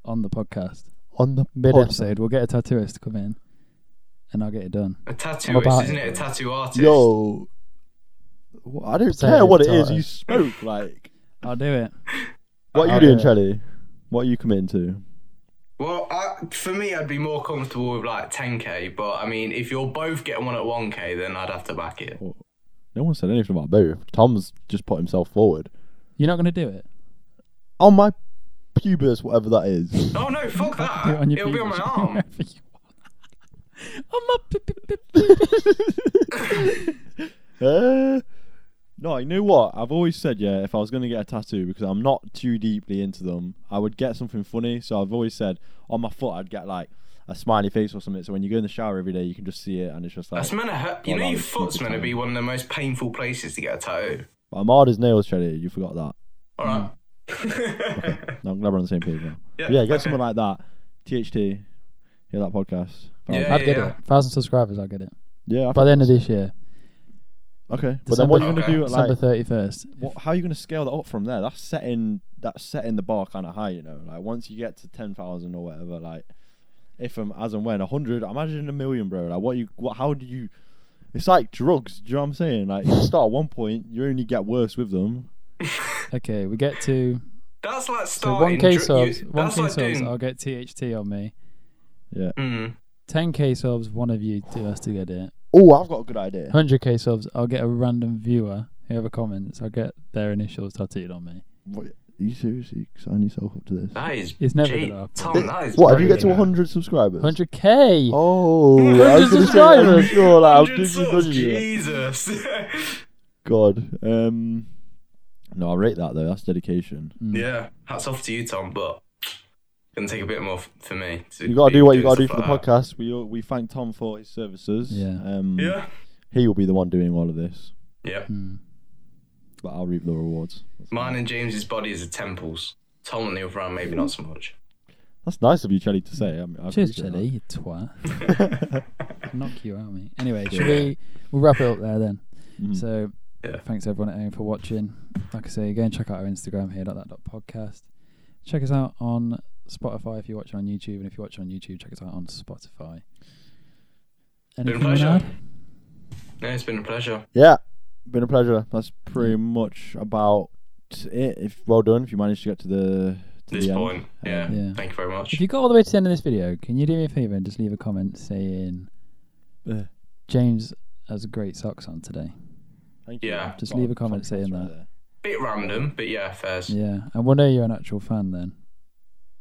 [SPEAKER 1] on the podcast.
[SPEAKER 3] on the
[SPEAKER 1] Mid
[SPEAKER 3] pod-
[SPEAKER 1] episode, we'll get a tattooist to come in, and I'll get it done.
[SPEAKER 2] A
[SPEAKER 1] I'm about
[SPEAKER 2] tattooist,
[SPEAKER 1] it,
[SPEAKER 2] isn't it? A tattoo artist.
[SPEAKER 3] Yo, Well, I don't
[SPEAKER 1] Potato,
[SPEAKER 3] care what it is
[SPEAKER 1] potato.
[SPEAKER 3] you spoke. Like,
[SPEAKER 1] I'll do it.
[SPEAKER 3] what are
[SPEAKER 1] I'll
[SPEAKER 3] you
[SPEAKER 1] do
[SPEAKER 3] doing,
[SPEAKER 1] it.
[SPEAKER 3] Charlie? What are you committing to?
[SPEAKER 2] Well, I, for me, I'd be more comfortable with like 10k, but I mean, if you're both getting one at 1k, then I'd have to back it.
[SPEAKER 3] No one said anything about both. Tom's just put himself forward
[SPEAKER 1] You're not gonna do it.
[SPEAKER 3] on Oh, my pubis, whatever that is.
[SPEAKER 2] Oh no, fuck that.
[SPEAKER 1] Do it on your
[SPEAKER 2] It'll be on my
[SPEAKER 1] pubis, wherever
[SPEAKER 2] arm.
[SPEAKER 1] you want. on my pu- pu- pu- pu-
[SPEAKER 3] Uh, no, you you know what? I've always said, yeah, if I was going to get a tattoo, because I'm not too deeply into them, I would get something funny. So I've always said, on my foot, I'd get like a smiley face or something. So when you go in the shower every day, you can just see it, and it's just like.
[SPEAKER 2] That's meant to hurt. You
[SPEAKER 3] Well,
[SPEAKER 2] know,
[SPEAKER 3] that
[SPEAKER 2] your
[SPEAKER 3] was
[SPEAKER 2] foot's
[SPEAKER 3] stupid
[SPEAKER 2] meant to be
[SPEAKER 3] timing.
[SPEAKER 2] one of the most painful places to get a tattoo.
[SPEAKER 3] But I'm hard as nails, Shreddy. You forgot that.
[SPEAKER 2] All right.
[SPEAKER 1] Hmm.
[SPEAKER 3] No, I'm glad we're on the same page now.
[SPEAKER 2] Yeah,
[SPEAKER 3] But yeah, get
[SPEAKER 2] okay.
[SPEAKER 3] something like that. THT, hear that podcast.
[SPEAKER 2] Yeah,
[SPEAKER 1] I'd
[SPEAKER 2] yeah,
[SPEAKER 1] get
[SPEAKER 2] yeah.
[SPEAKER 1] it. Thousand subscribers, I'll get it.
[SPEAKER 3] Yeah. I
[SPEAKER 1] By the end of this year,
[SPEAKER 3] Okay, but then what are you
[SPEAKER 1] December-
[SPEAKER 3] gonna do? At,
[SPEAKER 1] December
[SPEAKER 3] like,
[SPEAKER 1] thirty first.
[SPEAKER 3] what, how are you gonna scale that up from there? That's setting that's setting the bar kind of high, you know. Like once you get to ten thousand or whatever, like if um as and when a hundred, imagine a million, bro. Like what you what how do you? It's like drugs. Do you know what I'm saying? Like you start at one point, you only get worse with them.
[SPEAKER 1] Okay, we get to
[SPEAKER 2] That's like
[SPEAKER 1] so
[SPEAKER 2] starting.
[SPEAKER 1] one k
[SPEAKER 2] dr- you-
[SPEAKER 1] subs. One
[SPEAKER 2] that's
[SPEAKER 1] k
[SPEAKER 2] like
[SPEAKER 1] subs.
[SPEAKER 2] doing.
[SPEAKER 1] I'll get THT on me.
[SPEAKER 2] Mm,
[SPEAKER 1] Ten k subs. One of you two has to get it.
[SPEAKER 3] Oh, I've got a good idea.
[SPEAKER 1] Hundred k subs. I'll get a random viewer. Whoever comments, I'll get their initials tattooed on me.
[SPEAKER 3] What, are you seriously sign yourself up to this?
[SPEAKER 2] that is.
[SPEAKER 1] It's never
[SPEAKER 2] gee,
[SPEAKER 1] gonna happen.
[SPEAKER 2] Tom, that is.
[SPEAKER 3] What if you get to
[SPEAKER 2] brilliant.
[SPEAKER 3] hundred subscribers?
[SPEAKER 1] Hundred k.
[SPEAKER 3] Oh, I was
[SPEAKER 1] 100
[SPEAKER 3] gonna say, are you
[SPEAKER 1] subscribers.
[SPEAKER 3] sure? Like, I was
[SPEAKER 2] 100
[SPEAKER 3] thinking-
[SPEAKER 2] subs, Jesus.
[SPEAKER 3] God, um, no, I rate that though. That's dedication.
[SPEAKER 2] yeah. Hats off to you, Tom, but gonna take a bit more f- for me. To
[SPEAKER 3] You gotta
[SPEAKER 2] be
[SPEAKER 3] do what you
[SPEAKER 2] doing
[SPEAKER 3] gotta do for
[SPEAKER 2] stuff
[SPEAKER 3] the
[SPEAKER 2] like that.
[SPEAKER 3] podcast. We we thank Tom for his services.
[SPEAKER 1] Yeah.
[SPEAKER 3] Um,
[SPEAKER 2] Yeah.
[SPEAKER 3] He will be the one doing all of this,
[SPEAKER 2] Yeah.
[SPEAKER 1] Hmm.
[SPEAKER 3] but I'll reap the rewards.
[SPEAKER 2] Mine and James's bodies are temples. Tom on the other hand, maybe not so much.
[SPEAKER 3] That's nice of you, Chelly, to say. I mean, I
[SPEAKER 1] Cheers,
[SPEAKER 3] appreciate
[SPEAKER 1] Chili, you twat. Knock you out, mate. Anyway, should we? We'll wrap it up there then.
[SPEAKER 3] that. Mm.
[SPEAKER 1] So,
[SPEAKER 2] Yeah.
[SPEAKER 1] thanks everyone at home for watching. Like I say, go and check out our Instagram here, dot that dot podcast. Check us out on Spotify if you watch on YouTube, and if you watch on YouTube, check us out on Spotify. Anything you wanna
[SPEAKER 2] pleasure.
[SPEAKER 1] add?
[SPEAKER 2] No, it's been a pleasure.
[SPEAKER 3] yeah, been a pleasure. That's pretty much about it. If well done, if you managed to get to the to
[SPEAKER 2] This
[SPEAKER 3] the end.
[SPEAKER 2] point. Yeah.
[SPEAKER 1] Yeah.
[SPEAKER 2] Thank you very much.
[SPEAKER 1] If you got all the way to the end of this video, can you do me a favour and just leave a comment saying
[SPEAKER 3] Yeah.
[SPEAKER 1] James has great socks on today?
[SPEAKER 3] Thank you.
[SPEAKER 2] Yeah.
[SPEAKER 1] Just
[SPEAKER 3] Got
[SPEAKER 1] leave a comment
[SPEAKER 3] contrast
[SPEAKER 1] saying
[SPEAKER 3] right
[SPEAKER 1] that.
[SPEAKER 3] there.
[SPEAKER 2] Bit random, but yeah, fairs.
[SPEAKER 1] Yeah, and we'll know you're an actual fan then.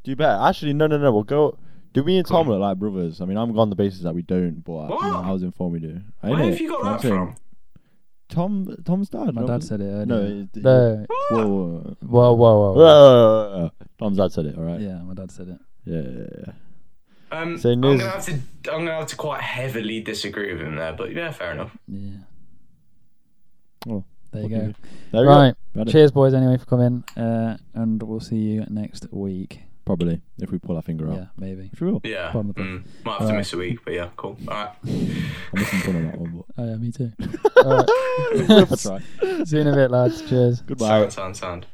[SPEAKER 3] Do better. Actually, no, no, no. We'll go. Do me and Tom look like brothers? I mean, I'm on the basis that we don't, but I, you know,
[SPEAKER 2] What?
[SPEAKER 3] I was informed we do. I
[SPEAKER 2] Where
[SPEAKER 3] know.
[SPEAKER 2] have you got
[SPEAKER 3] I'm
[SPEAKER 2] that
[SPEAKER 3] saying-
[SPEAKER 2] from?
[SPEAKER 3] Tom, Tom's dad.
[SPEAKER 1] My
[SPEAKER 3] no,
[SPEAKER 1] dad said it earlier.
[SPEAKER 3] No, it- it-
[SPEAKER 1] No,
[SPEAKER 3] Whoa, whoa, whoa.
[SPEAKER 1] Whoa, whoa, whoa.
[SPEAKER 3] Whoa, whoa, whoa, whoa. Tom's dad said it. All right. Yeah.
[SPEAKER 1] Yeah, my dad said it.
[SPEAKER 3] Yeah. yeah, yeah.
[SPEAKER 2] Um,
[SPEAKER 3] So
[SPEAKER 2] I'm
[SPEAKER 3] Niz-
[SPEAKER 2] gonna have to. I'm gonna have to quite heavily disagree with him there, but yeah, fair enough.
[SPEAKER 1] Yeah.
[SPEAKER 3] Oh,
[SPEAKER 1] there you
[SPEAKER 3] okay.
[SPEAKER 1] go.
[SPEAKER 3] There we
[SPEAKER 1] Right.
[SPEAKER 3] go. Got it.
[SPEAKER 1] Cheers, boys, anyway, for coming. Uh, and we'll see you next week.
[SPEAKER 3] Probably if we pull our finger out.
[SPEAKER 1] Yeah, maybe.
[SPEAKER 3] If we will.
[SPEAKER 2] Yeah.
[SPEAKER 1] Bottom of the
[SPEAKER 2] Mm, might have to
[SPEAKER 1] Alright.
[SPEAKER 2] miss a week, but yeah, cool. All right.
[SPEAKER 3] I'm missing fun on that one,
[SPEAKER 1] Oh, yeah, me too. All
[SPEAKER 3] but
[SPEAKER 1] right.
[SPEAKER 3] that's right.
[SPEAKER 1] See you in a bit, lads. Cheers.
[SPEAKER 3] Goodbye.
[SPEAKER 2] Sound, sound, sound.